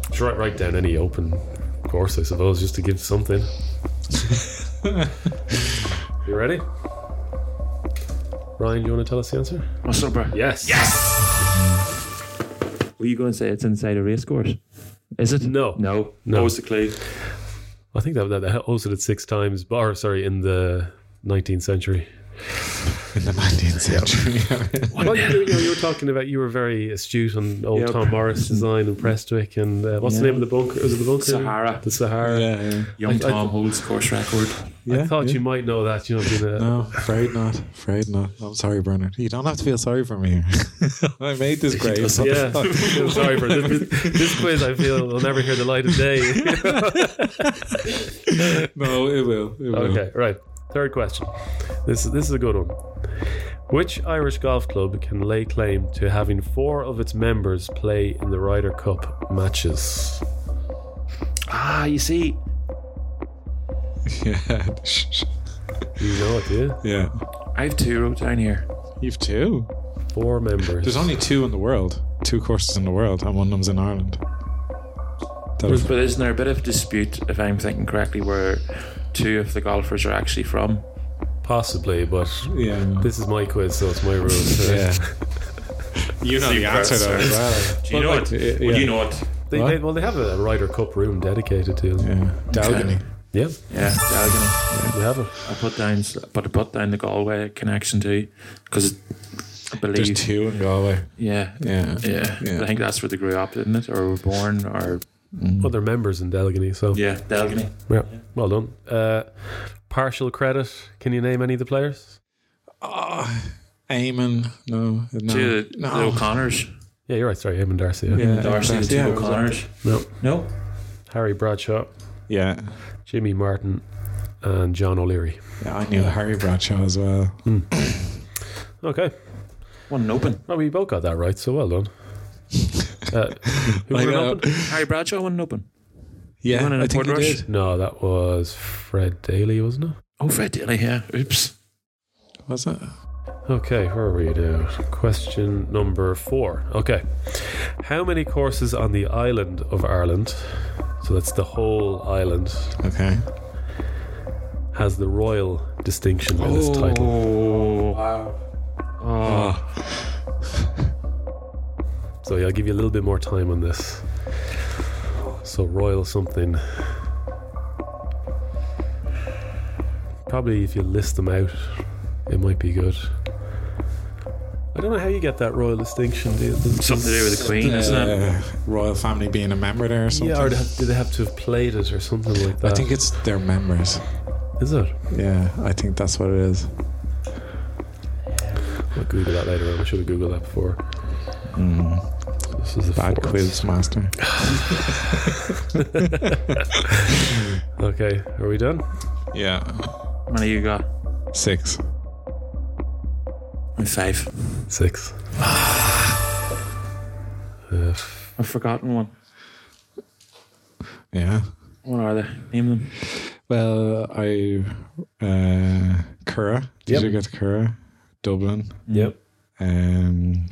Speaker 3: Just write, write down any open course, I suppose, just to give something. you ready? Ryan, you want to tell us the answer?
Speaker 2: What's up, bro?
Speaker 3: Yes. Yes.
Speaker 2: Were you going to say it's inside a race course? Is it?
Speaker 3: No.
Speaker 2: No.
Speaker 3: No.
Speaker 2: What was the clue?
Speaker 3: I think that that, that hosted it six times. Or sorry, in the 19th century.
Speaker 1: In the 19th century.
Speaker 3: Well, you, you, know, you were talking about you were very astute on old
Speaker 2: Yeah,
Speaker 3: Tom Morris design and Prestwick and uh, what's the
Speaker 2: Yeah.
Speaker 3: name of the bunker? Was it the bunker?
Speaker 2: Sahara.
Speaker 3: The Sahara.
Speaker 1: yeah,
Speaker 2: Young
Speaker 3: I-
Speaker 2: Tom holds course record.
Speaker 1: yeah.
Speaker 3: I thought you might know that. You know, being a,
Speaker 1: No, afraid not. Afraid not. I'm sorry, Bernard. You don't have to feel sorry for me here. I made this great.
Speaker 3: Yeah, I'm sorry for this, this quiz. I feel will never hear the light of day.
Speaker 1: No, it will. It will.
Speaker 3: Okay, right. Third question. This is this is a good one. Which Irish golf club can lay claim to having four of its members play in the Ryder Cup matches?
Speaker 2: Ah, you see,
Speaker 1: Yeah. Shh, shh.
Speaker 3: You know it, do you?
Speaker 1: Yeah.
Speaker 2: I have two wrote down here.
Speaker 1: You've two.
Speaker 3: Four members.
Speaker 1: There's only two in the world. Two courses in the world, and one of them's in Ireland. That
Speaker 2: But isn't there a bit of dispute, if I'm thinking correctly, where two of the golfers are actually from?
Speaker 3: Possibly, but
Speaker 1: yeah.
Speaker 3: this is my quiz, so it's my rules.
Speaker 1: yeah. you know the answer though. as well.
Speaker 2: Do you
Speaker 1: Well,
Speaker 2: know
Speaker 1: like,
Speaker 2: it?
Speaker 1: uh,
Speaker 2: Well,
Speaker 1: yeah.
Speaker 2: you know it.
Speaker 3: They, they, well, they have a Ryder Cup room dedicated to them.
Speaker 1: Yeah. Dalgany.
Speaker 3: Yeah,
Speaker 2: Yeah, Dalgony.
Speaker 3: they have it.
Speaker 2: I put down, but I put down the Galway connection too, because I
Speaker 1: There's
Speaker 2: believe,
Speaker 1: two in Galway.
Speaker 2: yeah,
Speaker 1: Yeah.
Speaker 2: yeah,
Speaker 1: Yeah.
Speaker 2: I think that's where they grew up, didn't it, or were born, or
Speaker 1: Mm.
Speaker 3: Well, they're members in Delegany, so
Speaker 2: yeah, Dalgony.
Speaker 3: yeah. Well done. Uh, partial credit. Can you name any of the players?
Speaker 1: Oh, Eamon. No. No.
Speaker 2: Two of the,
Speaker 1: no.
Speaker 2: the O'Connors,
Speaker 3: Yeah, you're right. Sorry, Eamon Darcy. yeah.
Speaker 1: Yeah,
Speaker 2: Darcy, the two
Speaker 1: yeah,
Speaker 2: O'Connors.
Speaker 3: No.
Speaker 2: No,
Speaker 3: Harry Bradshaw,
Speaker 1: Yeah.
Speaker 3: Jimmy Martin, and John O'Leary.
Speaker 1: yeah. I knew Harry Bradshaw as well.
Speaker 3: Okay.
Speaker 2: one open.
Speaker 3: Well, we both got that right, so well done. Uh, who
Speaker 1: I
Speaker 3: won an
Speaker 1: know.
Speaker 3: open?
Speaker 2: Harry Bradshaw, one open.
Speaker 1: Yeah,
Speaker 2: won in
Speaker 1: I
Speaker 2: a
Speaker 1: think
Speaker 2: board
Speaker 1: he
Speaker 2: rush?
Speaker 1: did.
Speaker 3: No, that was Fred Daly, wasn't it?
Speaker 2: Oh, Fred Daly, yeah. Oops.
Speaker 1: Was it?
Speaker 3: Okay, where are we now? Question number four. Okay. How many courses on the island of Ireland, so that's the whole island,
Speaker 1: Okay.
Speaker 3: has the royal distinction in its title?
Speaker 2: Oh, Oh.
Speaker 3: So yeah, I'll give you a little bit more time on this. So royal something. Probably if you list them out, it might be good. I don't know how you get that royal distinction. Do you- does-
Speaker 2: Something to do with the Queen, isn't it?
Speaker 1: Uh, royal family being a member there or something.
Speaker 3: Yeah, or they have- do they have to have played it or something like
Speaker 1: I
Speaker 3: that?
Speaker 1: think it's their members.
Speaker 3: Is it?
Speaker 1: Yeah, I think that's what it is.
Speaker 3: I'll Google that later on. I should have Googled that before.
Speaker 1: Mm.
Speaker 3: This is the
Speaker 1: Bad
Speaker 3: fourth.
Speaker 1: quiz master.
Speaker 3: Okay, are we done?
Speaker 1: Yeah.
Speaker 2: How many you got?
Speaker 1: Six.
Speaker 2: I'm five.
Speaker 3: Six. Uh,
Speaker 2: I've forgotten one.
Speaker 1: Yeah.
Speaker 2: What are they? Name them.
Speaker 1: Well, I uh Cura. Did
Speaker 3: Yep.
Speaker 1: you get Cura? Dublin.
Speaker 3: yep.
Speaker 1: Um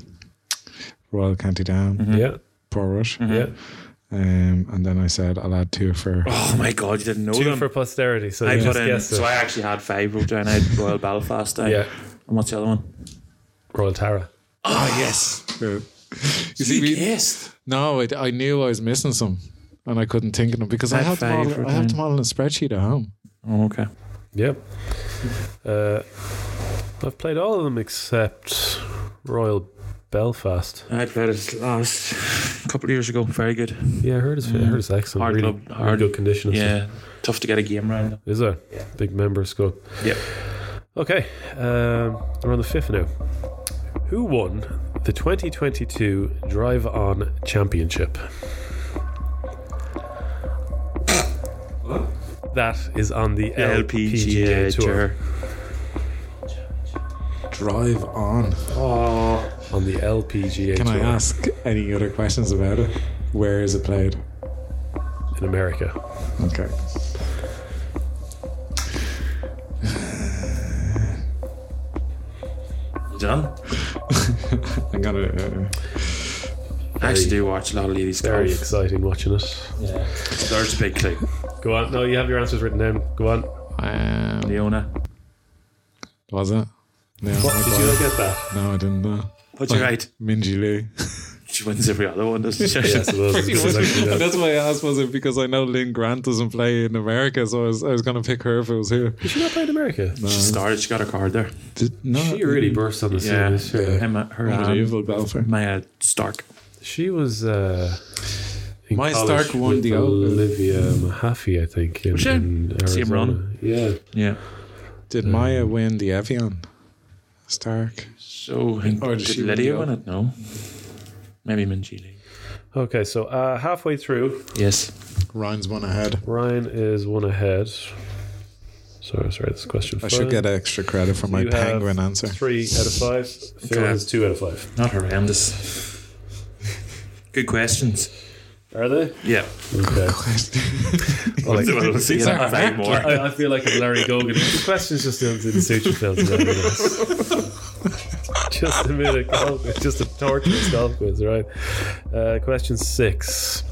Speaker 1: Royal County Down,
Speaker 2: Mhm.
Speaker 3: Yeah.
Speaker 1: Portrush.
Speaker 2: Mhm.
Speaker 3: Yeah.
Speaker 1: Um and then I said I'll add two for
Speaker 2: Oh my God, you didn't know
Speaker 3: Two
Speaker 2: them.
Speaker 3: for posterity. So
Speaker 2: I
Speaker 3: you
Speaker 2: put
Speaker 3: just
Speaker 2: in,
Speaker 3: guessed it.
Speaker 2: so I actually had five wrote down. I had Royal Belfast. I,
Speaker 3: yeah.
Speaker 2: And what's the other one?
Speaker 3: Royal Tara.
Speaker 2: Oh, yes.
Speaker 1: you
Speaker 2: You
Speaker 1: see, we,
Speaker 2: guessed.
Speaker 1: no, I, I knew I was missing some, and I couldn't think of them because I
Speaker 2: Had
Speaker 1: have them
Speaker 2: five
Speaker 1: all,
Speaker 2: or
Speaker 1: I have
Speaker 2: ten.
Speaker 1: them all in a spreadsheet at home.
Speaker 2: Oh, okay.
Speaker 3: Yep. Uh, I've played all of them except Royal Belfast.
Speaker 2: I played it last couple of years ago. Very good.
Speaker 3: Yeah, I heard it's, I heard it's
Speaker 2: Mm.
Speaker 3: excellent.
Speaker 2: Hard
Speaker 3: really,
Speaker 2: club,
Speaker 3: really
Speaker 2: hard-
Speaker 3: good condition.
Speaker 2: Yeah. Tough to get a game round.
Speaker 3: Is there? Big member scope.
Speaker 2: Yep.
Speaker 3: Okay, um, we're on the fifth now. Who won the 2022 Drive On Championship? That is on the LPGA,
Speaker 2: LPGA
Speaker 3: Tour.
Speaker 2: Tour.
Speaker 1: Drive on.
Speaker 3: On the LPGA
Speaker 1: Can
Speaker 3: Tour
Speaker 1: I ask any other questions about it? Where is it played?
Speaker 3: in America.
Speaker 1: Okay.
Speaker 2: Done.
Speaker 1: I'm gonna. Uh,
Speaker 2: I actually do watch a lot of ladies
Speaker 3: Very
Speaker 2: golf.
Speaker 3: exciting watching it.
Speaker 2: Yeah. There's a big clue.
Speaker 3: Go on. No, you have your answers written down. Go on.
Speaker 1: um,
Speaker 2: Leona.
Speaker 1: was it? No, I
Speaker 3: Did you not get that?
Speaker 1: no, I didn't know.
Speaker 2: But you're right.
Speaker 1: Minji Lee.
Speaker 2: She wins every other one, doesn't she?
Speaker 3: Yes, it was. This is actually
Speaker 1: And
Speaker 3: that.
Speaker 1: that's why I asked, was it because I know Lynn Grant doesn't play in America, so I was, I was going to pick her if it was here.
Speaker 3: Did she not play in America?
Speaker 2: She started. She got her card there.
Speaker 1: Did, no, mm,
Speaker 3: She really burst on the scene
Speaker 2: Yeah.
Speaker 3: this year.
Speaker 2: Emma, her and
Speaker 1: unbelievable golfer.
Speaker 2: Maya Stark.
Speaker 3: She was. Uh, in
Speaker 1: Maya
Speaker 3: college
Speaker 1: Stark won
Speaker 3: with
Speaker 1: the Open.
Speaker 3: Olivia Mahaffey, I think. In,
Speaker 2: Was she?
Speaker 3: in
Speaker 2: See him
Speaker 3: Arizona.
Speaker 2: run.
Speaker 3: Yeah.
Speaker 2: Yeah.
Speaker 1: Did Maya win the Evian? Stark.
Speaker 2: So I think-
Speaker 1: Or did
Speaker 2: did
Speaker 1: she
Speaker 2: Lydia
Speaker 1: win the
Speaker 2: win it? No. Maybe Minjili.
Speaker 3: Okay, so uh, halfway through,
Speaker 2: Yes.
Speaker 1: Ryan's one ahead.
Speaker 3: Ryan is one ahead. Sorry, sorry. This is question.
Speaker 1: I
Speaker 3: Five.
Speaker 1: should get extra credit for my
Speaker 3: You have
Speaker 1: penguin answer.
Speaker 3: Three out of five. Phil
Speaker 2: Okay.
Speaker 3: has two out of five.
Speaker 2: Not horrendous. Good questions.
Speaker 3: Are they?
Speaker 2: Yeah.
Speaker 3: Okay.
Speaker 2: Like, we'll see
Speaker 1: These
Speaker 2: that
Speaker 1: are
Speaker 2: five more.
Speaker 3: I, I feel like I'm Larry Gogan. The questions just didn't didn't suit you, Phil. today, you know. just a minute, golf quiz, just a torturous golf quiz, right? Uh, question six.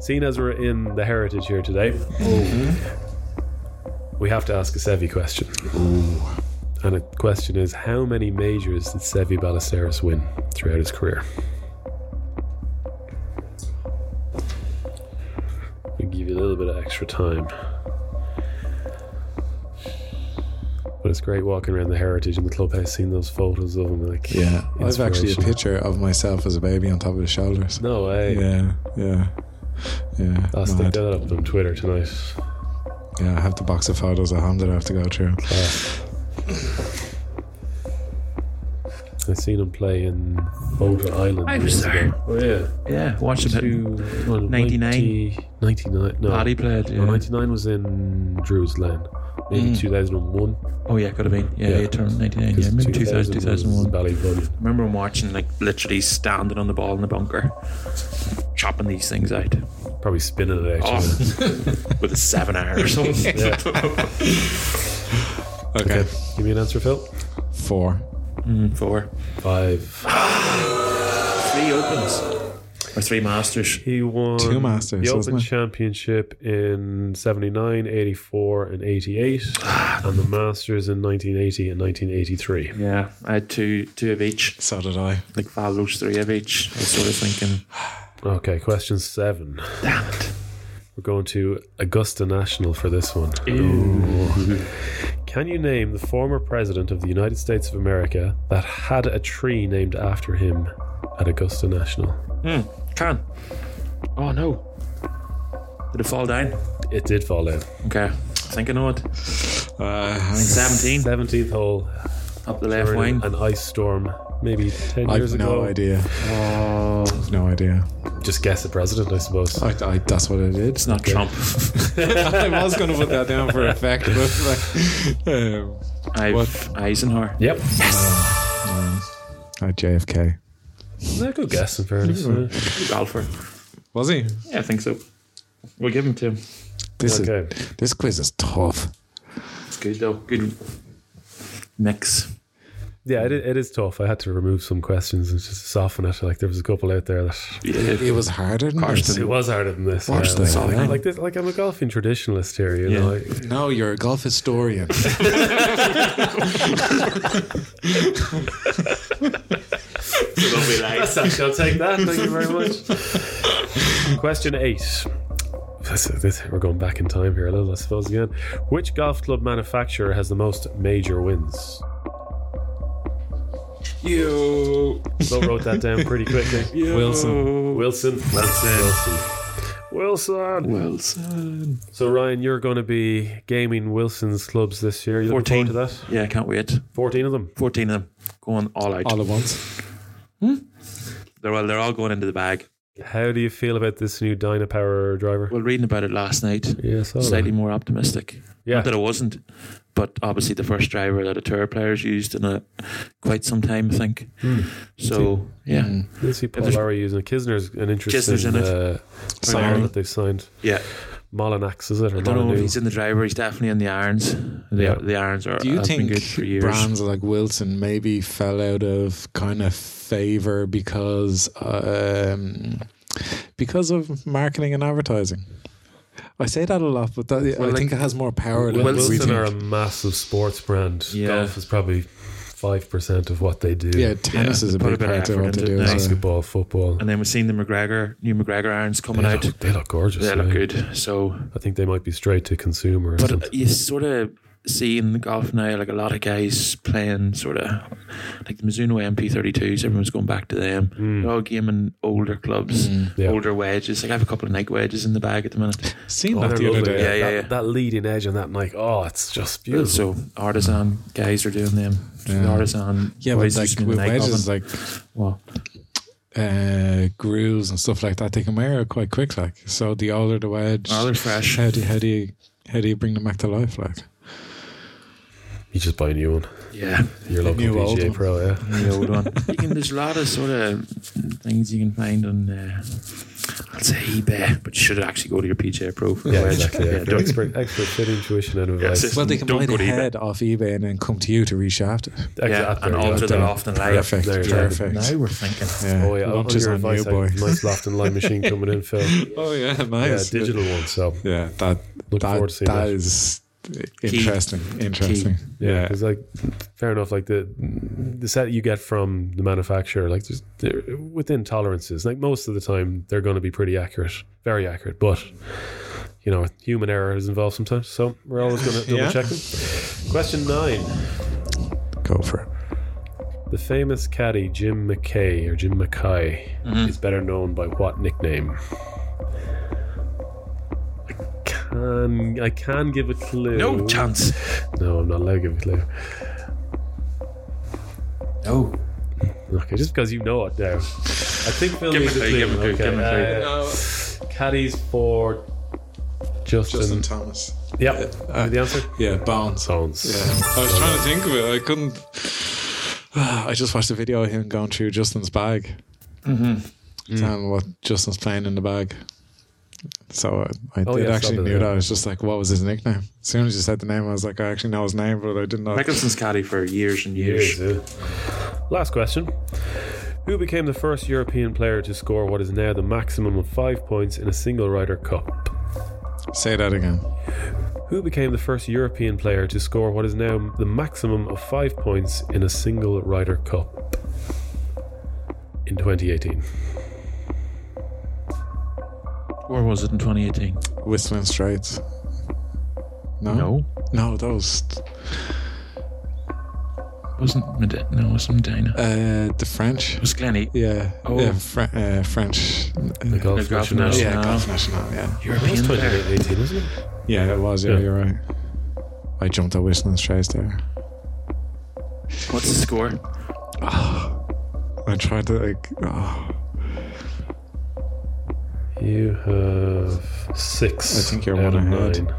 Speaker 3: Seeing as we're in the heritage here today, we have to ask a Sevi question. And the question is How many majors did Sevi Ballesteros win throughout his career? We give you a little bit of extra time. But it's great walking around the heritage in the clubhouse, seeing those photos of him. Like,
Speaker 1: Yeah, I've actually a
Speaker 3: Inspiration.
Speaker 1: picture of myself as a baby on top of his shoulders.
Speaker 3: no way.
Speaker 1: Yeah, yeah, yeah.
Speaker 3: I'll stick
Speaker 1: mad.
Speaker 3: that up on Twitter tonight.
Speaker 1: Yeah, I have the box of photos at home that I have to go through.
Speaker 3: I've seen him play in Boulder Island.
Speaker 2: I was
Speaker 3: years ago.
Speaker 2: there.
Speaker 3: Oh, yeah.
Speaker 2: Yeah, watch them hit.
Speaker 3: Well,
Speaker 2: 99.
Speaker 3: 90 99 no,
Speaker 2: Paddy played.
Speaker 3: no,
Speaker 2: Yeah.
Speaker 3: 99 was in Drew's Lane maybe 2001
Speaker 2: Oh, yeah, could have been. Yeah,
Speaker 3: Yeah.
Speaker 2: yeah. turned 99. Yeah, maybe 2000, 2001. I
Speaker 3: Bally
Speaker 2: remember him watching, like, literally standing on the ball in the bunker, chopping these things out.
Speaker 3: Probably spinning it actually.
Speaker 2: Oh, with a seven hour or something.
Speaker 1: Okay.
Speaker 3: Give me an answer, Phil.
Speaker 1: Four.
Speaker 2: Mm, Four.
Speaker 3: Five.
Speaker 2: Three opens. Or three masters.
Speaker 3: He won
Speaker 1: Two Masters,
Speaker 3: the Open
Speaker 1: wasn't it?
Speaker 3: Championship in 79, 84, and 88,
Speaker 2: Ah,
Speaker 3: and the Masters in 1980 and 1983.
Speaker 2: Yeah, I had two two of each.
Speaker 1: So did I.
Speaker 2: Like Valos, three of each. I was sort of thinking,
Speaker 3: Okay, question seven.
Speaker 2: damn it.
Speaker 3: We're going to Augusta National for this one. Ooh. Can you name the former president of the United States of America that had a tree named after him at Augusta National?
Speaker 2: Can. Oh no. Did it fall down?
Speaker 3: It did fall down.
Speaker 2: Okay. I think I know it.
Speaker 1: Uh,
Speaker 2: 17
Speaker 3: 17th hole,
Speaker 2: up the left wing.
Speaker 3: an ice storm, maybe 10
Speaker 1: I've
Speaker 3: years
Speaker 1: no
Speaker 3: ago.
Speaker 1: idea. I've no idea.
Speaker 3: Just guess the president, I suppose.
Speaker 1: I, I, that's what I did.
Speaker 2: It's not Trump.
Speaker 1: I was going to put that down for effect, but like, um,
Speaker 2: I've
Speaker 1: What?
Speaker 2: Eisenhower.
Speaker 3: Yep.
Speaker 1: oh, JFK.
Speaker 3: Yeah, good guess, in fairness. yeah.
Speaker 2: Golfer.
Speaker 1: Was he?
Speaker 2: Yeah, I think so. We'll give him to him.
Speaker 1: This
Speaker 3: Okay.
Speaker 1: is this quiz is tough.
Speaker 2: It's good though. Good mix.
Speaker 3: Yeah, it, it is tough. I had to remove some questions and just soften it. Like, there was a couple out there that
Speaker 2: Yeah.
Speaker 1: It was harder than
Speaker 2: Carson.
Speaker 1: this.
Speaker 3: It was harder than this.
Speaker 1: Watch this,
Speaker 3: Like,
Speaker 1: man.
Speaker 3: like this, like I'm a golfing traditionalist here. You know,
Speaker 2: Yeah.
Speaker 3: Like,
Speaker 1: No, you're a golf historian.
Speaker 2: Lovely lights.
Speaker 3: I shall take that. Thank you very much. Question eight. This, this, we're going back in time here a little, I suppose. Again, which golf club manufacturer has the most major wins?
Speaker 1: you.
Speaker 3: So wrote that down pretty quickly. Wilson, Wilson, Wilson, Wilson.
Speaker 2: Wilson.
Speaker 3: So Ryan, you're going to be gaming Wilson's clubs this year. You looking
Speaker 2: 14.
Speaker 3: forward to that?
Speaker 2: Yeah, I can't wait.
Speaker 3: Fourteen of them.
Speaker 2: 14 of them going all out.
Speaker 1: All at once.
Speaker 2: They're, all, they're all going into the bag.
Speaker 3: How do you feel about this new Dynapower driver?
Speaker 2: Well, reading about it last night,
Speaker 3: Yes,
Speaker 2: slightly more optimistic.
Speaker 3: Yeah.
Speaker 2: Not that I wasn't, but obviously the first driver that a tour player's used in a quite some time, I think.
Speaker 1: Hmm.
Speaker 2: So yeah,
Speaker 1: Mm.
Speaker 3: You'll see Paul
Speaker 2: there's-
Speaker 3: Lowry using it. Kisner's an interesting
Speaker 2: Kisner's in it.
Speaker 3: uh, player
Speaker 1: Sorry.
Speaker 3: that they've signed.
Speaker 2: yeah.
Speaker 3: Molinax, is it? Or
Speaker 2: I don't know if
Speaker 3: Molyneux?
Speaker 2: he's in the driver. He's definitely in the irons. The,
Speaker 3: Yeah.
Speaker 2: the irons are
Speaker 1: Do you
Speaker 2: have
Speaker 1: think
Speaker 2: been good for years.
Speaker 1: brands like Wilson maybe fell out of kind of favor because um, because of marketing and advertising? I say that a lot, but that, I
Speaker 2: like,
Speaker 1: think it has more power than
Speaker 3: Wil-
Speaker 2: Wilson
Speaker 1: we
Speaker 3: Wilson
Speaker 1: think.
Speaker 3: are a massive sports brand.
Speaker 2: Yeah.
Speaker 3: Golf is probably 5% of what they do.
Speaker 1: yeah, tennis
Speaker 2: Yeah,
Speaker 1: is a
Speaker 2: put a
Speaker 1: big
Speaker 2: bit of
Speaker 1: part of
Speaker 2: effort
Speaker 1: what they
Speaker 2: into
Speaker 1: do.
Speaker 2: it now.
Speaker 1: as well.
Speaker 3: Basketball, football.
Speaker 2: And then we've seen the McGregor new McGregor irons coming
Speaker 3: They
Speaker 2: out.
Speaker 3: look, they look gorgeous.
Speaker 2: They look
Speaker 3: yeah.
Speaker 2: good. So,
Speaker 3: I think they might be straight to consumer. or something.
Speaker 2: but uh, you sort of see in the golf now, like a lot of guys playing sort of like the Mizuno MP32s. Everyone's going back to them.
Speaker 1: Mm.
Speaker 2: They're all gaming older clubs,
Speaker 3: Hmm. Yeah.
Speaker 2: older wedges. Like I have a couple of Nike wedges in the bag at the minute.
Speaker 1: Seen
Speaker 3: Oh,
Speaker 1: that
Speaker 3: they're
Speaker 1: the other
Speaker 3: lovely.
Speaker 1: day.
Speaker 2: Yeah, yeah,
Speaker 3: that,
Speaker 2: yeah.
Speaker 3: that leading edge on that Nike, oh, it's just beautiful.
Speaker 2: So artisan guys are doing them. The artisan.
Speaker 1: Yeah, but
Speaker 2: boys
Speaker 1: like
Speaker 2: using the
Speaker 1: with
Speaker 2: Nike
Speaker 1: wedges,
Speaker 2: oven.
Speaker 1: like
Speaker 2: Well,
Speaker 1: uh, grooves and stuff like that, they can wear it quite quick. Like so, the older the wedge,
Speaker 2: oh, they're fresh.
Speaker 1: how do you, how do you how do you bring them back to life? Like
Speaker 3: you just buy a new one.
Speaker 2: Yeah,
Speaker 3: Your local
Speaker 1: new old
Speaker 3: PGA
Speaker 1: one.
Speaker 3: Pro, yeah.
Speaker 2: the old one. You can, there's a lot of sort of things you can find on. Uh, I'll say eBay, but you should actually go to your PJ Pro for
Speaker 3: Yeah,
Speaker 2: wedge.
Speaker 3: exactly. Yeah.
Speaker 2: don't-
Speaker 3: expert, expert fit intuition and advice.
Speaker 2: it's-
Speaker 1: well, they can
Speaker 2: Don't
Speaker 1: buy
Speaker 2: go
Speaker 1: the
Speaker 2: to eBay.
Speaker 1: head off eBay and then come to you to reshaft it.
Speaker 3: Exactly.
Speaker 2: yeah, and
Speaker 3: Yeah.
Speaker 2: alter the
Speaker 1: done.
Speaker 2: loft and light.
Speaker 1: Perfect,
Speaker 3: there you go.
Speaker 1: perfect.
Speaker 2: Now we're thinking.
Speaker 1: Yeah.
Speaker 3: Oh yeah,
Speaker 1: Lunch
Speaker 3: on
Speaker 1: is
Speaker 3: your
Speaker 1: on
Speaker 3: advice,
Speaker 1: you, boy.
Speaker 3: I- nice loft and line machine coming in, Phil.
Speaker 1: Oh yeah,
Speaker 3: Yeah,
Speaker 1: nice.
Speaker 3: digital one. So
Speaker 1: Yeah, that
Speaker 3: Look
Speaker 1: that,
Speaker 3: forward to seeing
Speaker 1: that
Speaker 3: that.
Speaker 1: is interesting. Interesting.
Speaker 3: yeah,
Speaker 1: Yeah.
Speaker 3: it's like fair enough. Like the the set you get from the manufacturer, like there's, they're within tolerances. Like most of the time, they're going to be pretty accurate, very accurate. But you know, human error is involved sometimes, so we're always going to double
Speaker 1: Yeah.
Speaker 3: check them. Question nine:
Speaker 1: Go for it.
Speaker 3: The famous caddy Jim McKay or Jim Mackay
Speaker 2: Mm-hmm.
Speaker 3: is better known by what nickname? I Can, I can give a clue.
Speaker 2: No chance.
Speaker 3: No, I'm not allowed to give a clue.
Speaker 2: No.
Speaker 3: Okay, just because you know it now. I think Phil
Speaker 2: Give him
Speaker 3: needs
Speaker 2: a
Speaker 3: a
Speaker 2: clue,
Speaker 3: clue.
Speaker 2: give him a clue,
Speaker 3: Okay,
Speaker 2: give him a clue.
Speaker 3: uh, caddies for Justin.
Speaker 1: Justin Thomas.
Speaker 3: Yep. Uh, the answer?
Speaker 1: Yeah, Bones.
Speaker 3: Bones.
Speaker 1: Yeah. I was trying to think of it. I couldn't. I just watched a video of him going Mm. through Justin's bag. Mm-hmm. Telling what Justin's playing in the bag. So I, I
Speaker 3: Oh,
Speaker 1: did
Speaker 3: yeah,
Speaker 1: actually
Speaker 3: Sub is
Speaker 1: knew
Speaker 3: it.
Speaker 1: that. I was just like, what was his nickname? As soon as you said the name, I was like, I actually know his name, but I didn't know.
Speaker 2: Mickelson's caddy for years and
Speaker 3: Years.
Speaker 2: years.
Speaker 3: yeah. Last question. Who became the first European player to score what is now the maximum of five points in a single Ryder Cup?
Speaker 1: Say that again.
Speaker 3: Who became the first European player to score what is now the maximum of five points in a single Ryder Cup in 2018?
Speaker 2: Where was it in 2018?
Speaker 1: Whistling Straits. No?
Speaker 2: No,
Speaker 1: No, that was
Speaker 2: wasn't Medina. No, it wasn't Medina. It
Speaker 1: uh, the French.
Speaker 2: was Glenny.
Speaker 1: Yeah.
Speaker 2: Oh.
Speaker 1: Yeah, Fr- uh, French.
Speaker 3: The golf
Speaker 2: The golf
Speaker 3: national.
Speaker 2: national.
Speaker 1: yeah,
Speaker 2: no.
Speaker 1: golf national, yeah.
Speaker 3: It was
Speaker 2: European player.
Speaker 3: 2018, wasn't it?
Speaker 1: Yeah, it was. Yeah,
Speaker 3: Yeah.
Speaker 1: you're right. I jumped at Whistling Straits there.
Speaker 2: What's the score?
Speaker 1: I tried to, like, oh,
Speaker 3: You have six.
Speaker 1: I think you're
Speaker 3: out
Speaker 1: one
Speaker 3: of
Speaker 1: ahead.
Speaker 3: nine.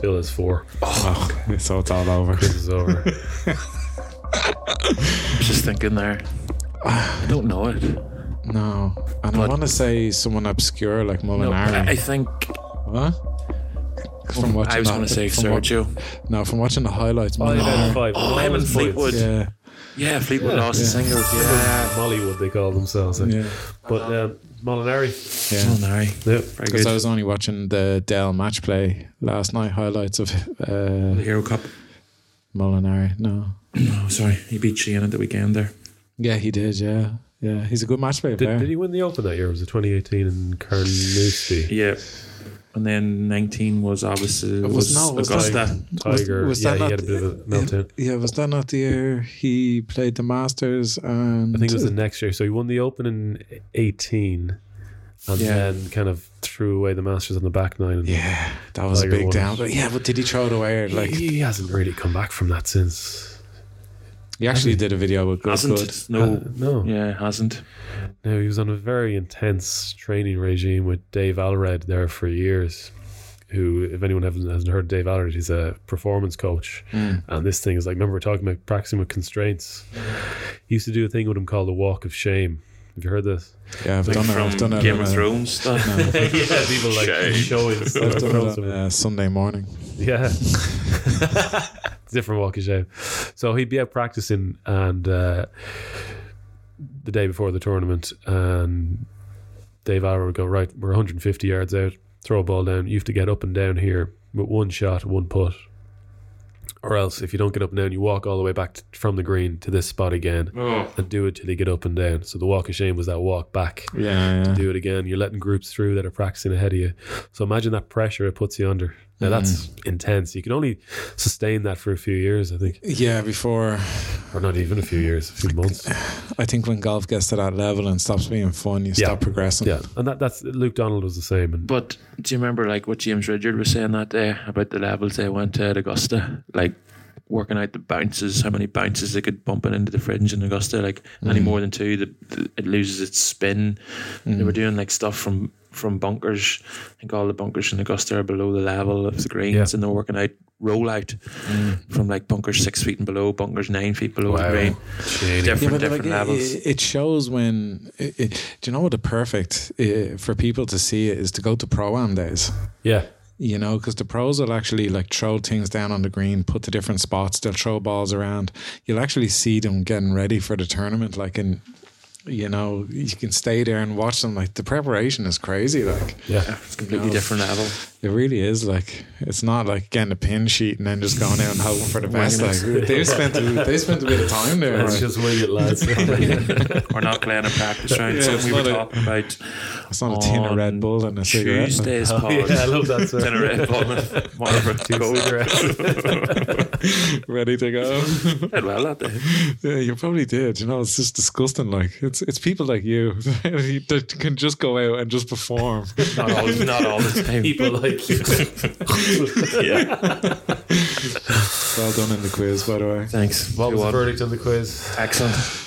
Speaker 3: Phil is four.
Speaker 1: oh, so it's all over.
Speaker 3: This is over.
Speaker 1: Oh,
Speaker 2: I was just thinking there. I don't know it.
Speaker 1: No. And I
Speaker 2: But-
Speaker 1: want to say someone obscure like
Speaker 2: No, I, I
Speaker 1: Molinari.
Speaker 2: think
Speaker 1: what? From watching
Speaker 2: I was
Speaker 1: the-
Speaker 2: going to say
Speaker 1: from wa-
Speaker 2: Sergio.
Speaker 1: no, from watching the highlights.
Speaker 3: Five out
Speaker 1: Molinari-
Speaker 3: of five.
Speaker 2: Oh, him and
Speaker 3: Bonus points.
Speaker 2: Fleetwood.
Speaker 1: Yeah,
Speaker 2: Yeah, Fleetwood
Speaker 3: Yeah.
Speaker 2: lost the
Speaker 1: Yeah.
Speaker 2: singles. Yeah.
Speaker 3: Mollywood, they call themselves. Like.
Speaker 1: yeah,
Speaker 3: But um, Molinari.
Speaker 1: yeah.
Speaker 2: Molinari.
Speaker 3: Yep.
Speaker 2: Very
Speaker 1: Because
Speaker 2: good.
Speaker 1: I was only watching the Dell match play last night, highlights of
Speaker 2: the
Speaker 1: uh,
Speaker 2: Hero Cup.
Speaker 1: Molinari. No.
Speaker 2: Oh, sorry. He beat Sheehan at the weekend there.
Speaker 1: Yeah, he did. Yeah. Yeah. He's a good match play player.
Speaker 3: Did, did he win the Open that year? Or Was it 2018 in Carnoustie?
Speaker 2: Yeah. And then 19 was obviously
Speaker 1: It
Speaker 2: was,
Speaker 1: was- no, it was
Speaker 2: Augusta.
Speaker 1: Was-
Speaker 3: Tiger.
Speaker 1: was
Speaker 3: yeah,
Speaker 1: that
Speaker 3: he
Speaker 1: not-
Speaker 3: had a bit of a meltdown.
Speaker 1: yeah, was that not the year he played the Masters? And
Speaker 3: I think it was the next year. So he won the Open in 18 and
Speaker 2: Yeah.
Speaker 3: then kind of threw away the Masters on the back nine. And
Speaker 1: yeah, that was a
Speaker 3: Tiger
Speaker 1: big
Speaker 3: won.
Speaker 1: down. But yeah, but did he throw it away? or, Like
Speaker 3: he, he hasn't really come back from that since.
Speaker 1: he actually did a video with Good
Speaker 2: hasn't
Speaker 1: Good.
Speaker 2: no
Speaker 3: Uh, no.
Speaker 2: yeah hasn't
Speaker 3: No, he was on a very intense training regime with Dave Allred there for years. Who, if anyone hasn't hasn't heard of Dave Allred, he's a performance coach. And Uh, this thing is like, remember, we're talking about practicing with constraints. He used to do a thing with him called the walk of shame. Have you heard this?
Speaker 1: Yeah, I've
Speaker 2: like
Speaker 1: done it.
Speaker 2: from
Speaker 1: I've done it.
Speaker 2: Game
Speaker 1: on
Speaker 2: of
Speaker 1: a-
Speaker 2: Thrones stuff.
Speaker 3: yeah, people like
Speaker 2: Shame.
Speaker 3: showing
Speaker 1: I've
Speaker 3: stuff.
Speaker 1: done it on a uh, Sunday morning.
Speaker 3: Yeah. Different walk of shame. So he'd be out practicing and uh, the day before the tournament and Dave Allen would go, right, we're 150 yards out, throw a ball down. You have to get up and down here with one shot, one putt. Or else if you don't get up and down, you walk all the way back t from the green to this spot again
Speaker 2: oh.
Speaker 3: and do it till you get up and down. So the walk of shame was that walk back
Speaker 1: Yeah, yeah.
Speaker 3: do it again. You're letting groups through that are practicing ahead of you. So imagine that pressure it puts you under. Now that's intense. You can only sustain that for a few years, I think,
Speaker 1: Yeah, before
Speaker 3: or not even a few years, a few months.
Speaker 1: I think when golf gets to that level and stops being fun, you
Speaker 3: Yeah.
Speaker 1: stop progressing.
Speaker 3: Yeah, and that, that's Luke Donald was the same. And
Speaker 2: but do you remember like what James Ridyard was saying that day about the levels they went to at Augusta like working out the bounces how many bounces they could bump it into the fringe in Augusta like
Speaker 1: Mm.
Speaker 2: any more than two the, the, it loses its spin they were doing like stuff from from bunkers I think all the bunkers in Augusta are below the level of the greens
Speaker 3: Yeah.
Speaker 2: and they're working out roll out
Speaker 1: Mm.
Speaker 2: from like bunkers six feet and below bunkers nine feet below the
Speaker 3: Wow.
Speaker 2: green
Speaker 3: Shady.
Speaker 1: Yeah,
Speaker 2: different
Speaker 1: but like,
Speaker 2: different
Speaker 1: it-
Speaker 2: levels
Speaker 1: It, it shows when. It, it, do you know what the perfect uh, for people to see it is to go to pro am days.
Speaker 3: yeah,
Speaker 1: You know, because the pros will actually like throw things down on the green, put to different spots. They'll throw balls around. You'll actually see them getting ready for the tournament. Like, and you know, you can stay there and watch them. Like the preparation is crazy. Like
Speaker 3: yeah,
Speaker 2: it's completely
Speaker 1: No.
Speaker 2: different level
Speaker 1: it really is. Like it's not like getting a pin sheet and then just going out and hoping for the best. Like
Speaker 2: Winging
Speaker 1: they spent they spent a bit of time there.
Speaker 3: let's
Speaker 1: like.
Speaker 3: just wing it, lads.
Speaker 2: or not playing a practice round.
Speaker 1: Yeah,
Speaker 2: Something
Speaker 1: it's
Speaker 2: we were
Speaker 1: not a-
Speaker 2: talking about
Speaker 1: It's not a tin of Red
Speaker 2: on
Speaker 1: Bull and a cigarette. like.
Speaker 2: Tuesday's
Speaker 3: Oh,
Speaker 2: pod.
Speaker 3: yeah, I love that. sir.
Speaker 2: Tin of Red Bull and one of our
Speaker 3: Two
Speaker 2: goals.
Speaker 3: cigarettes.
Speaker 1: ready to go.
Speaker 2: Did well that day.
Speaker 1: yeah, you probably did. You know, it's just disgusting. Like it's it's people like you that can just go out and just perform.
Speaker 2: Not all, not all the time.
Speaker 3: People like you.
Speaker 2: Yeah.
Speaker 1: well done in the quiz, by the way.
Speaker 2: Thanks.
Speaker 3: What was the
Speaker 2: Two-one.
Speaker 3: verdict on the quiz?
Speaker 2: Excellent.
Speaker 1: It's-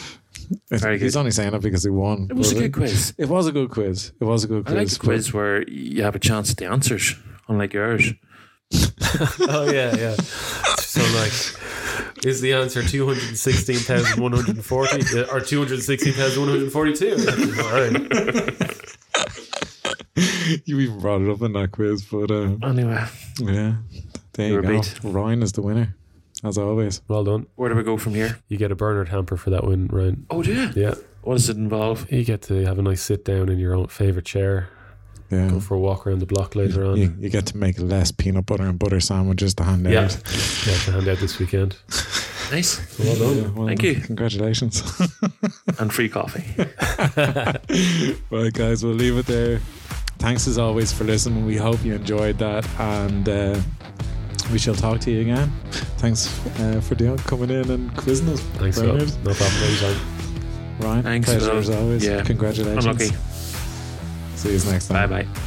Speaker 2: Very good.
Speaker 1: He's only saying that because he won.
Speaker 2: It was a
Speaker 1: but uh,
Speaker 2: good quiz.
Speaker 1: It was a good quiz. It was a good
Speaker 2: I
Speaker 1: quiz.
Speaker 2: like the
Speaker 1: but-
Speaker 2: quiz where you have a chance at the answers, unlike yours.
Speaker 3: Oh yeah, yeah. So like, is the answer two hundred sixteen thousand one uh, hundred forty or two hundred sixteen thousand one hundred forty-two? All right.
Speaker 1: you even brought it up in that quiz, but uh,
Speaker 2: Anyway,
Speaker 1: yeah, there you
Speaker 2: You're
Speaker 1: go.
Speaker 2: beat.
Speaker 1: Ryan is the winner, as always.
Speaker 3: Well done.
Speaker 2: where do we go from here?
Speaker 3: You get a Bernard hamper for that win, Ryan.
Speaker 2: Oh, do you?
Speaker 3: Yeah.
Speaker 2: What does it involve?
Speaker 3: You get to have a nice sit down in your own favorite chair.
Speaker 1: Yeah,
Speaker 3: Go for a walk around the block later on. Mm. Yeah,
Speaker 1: you, you get to make less peanut butter and butter sandwiches to hand
Speaker 3: Yeah.
Speaker 1: out.
Speaker 3: to hand out this weekend.
Speaker 2: Nice.
Speaker 3: Well
Speaker 1: Yeah,
Speaker 3: done.
Speaker 1: well,
Speaker 2: Thank you.
Speaker 1: Congratulations.
Speaker 2: And free coffee.
Speaker 1: right, guys, we'll leave it there. Thanks as always for listening. We hope you enjoyed that, and uh, we shall talk to you again. Thanks uh, for doing, coming in and quizzing us.
Speaker 3: Thanks, Phil.
Speaker 1: Bernard.
Speaker 3: No problem. anytime.
Speaker 1: Ryan,
Speaker 2: Thanks,
Speaker 1: pleasure
Speaker 2: Will.
Speaker 1: as always.
Speaker 2: Yeah.
Speaker 1: Congratulations.
Speaker 2: Unlucky.
Speaker 1: See you next time.
Speaker 2: Bye bye.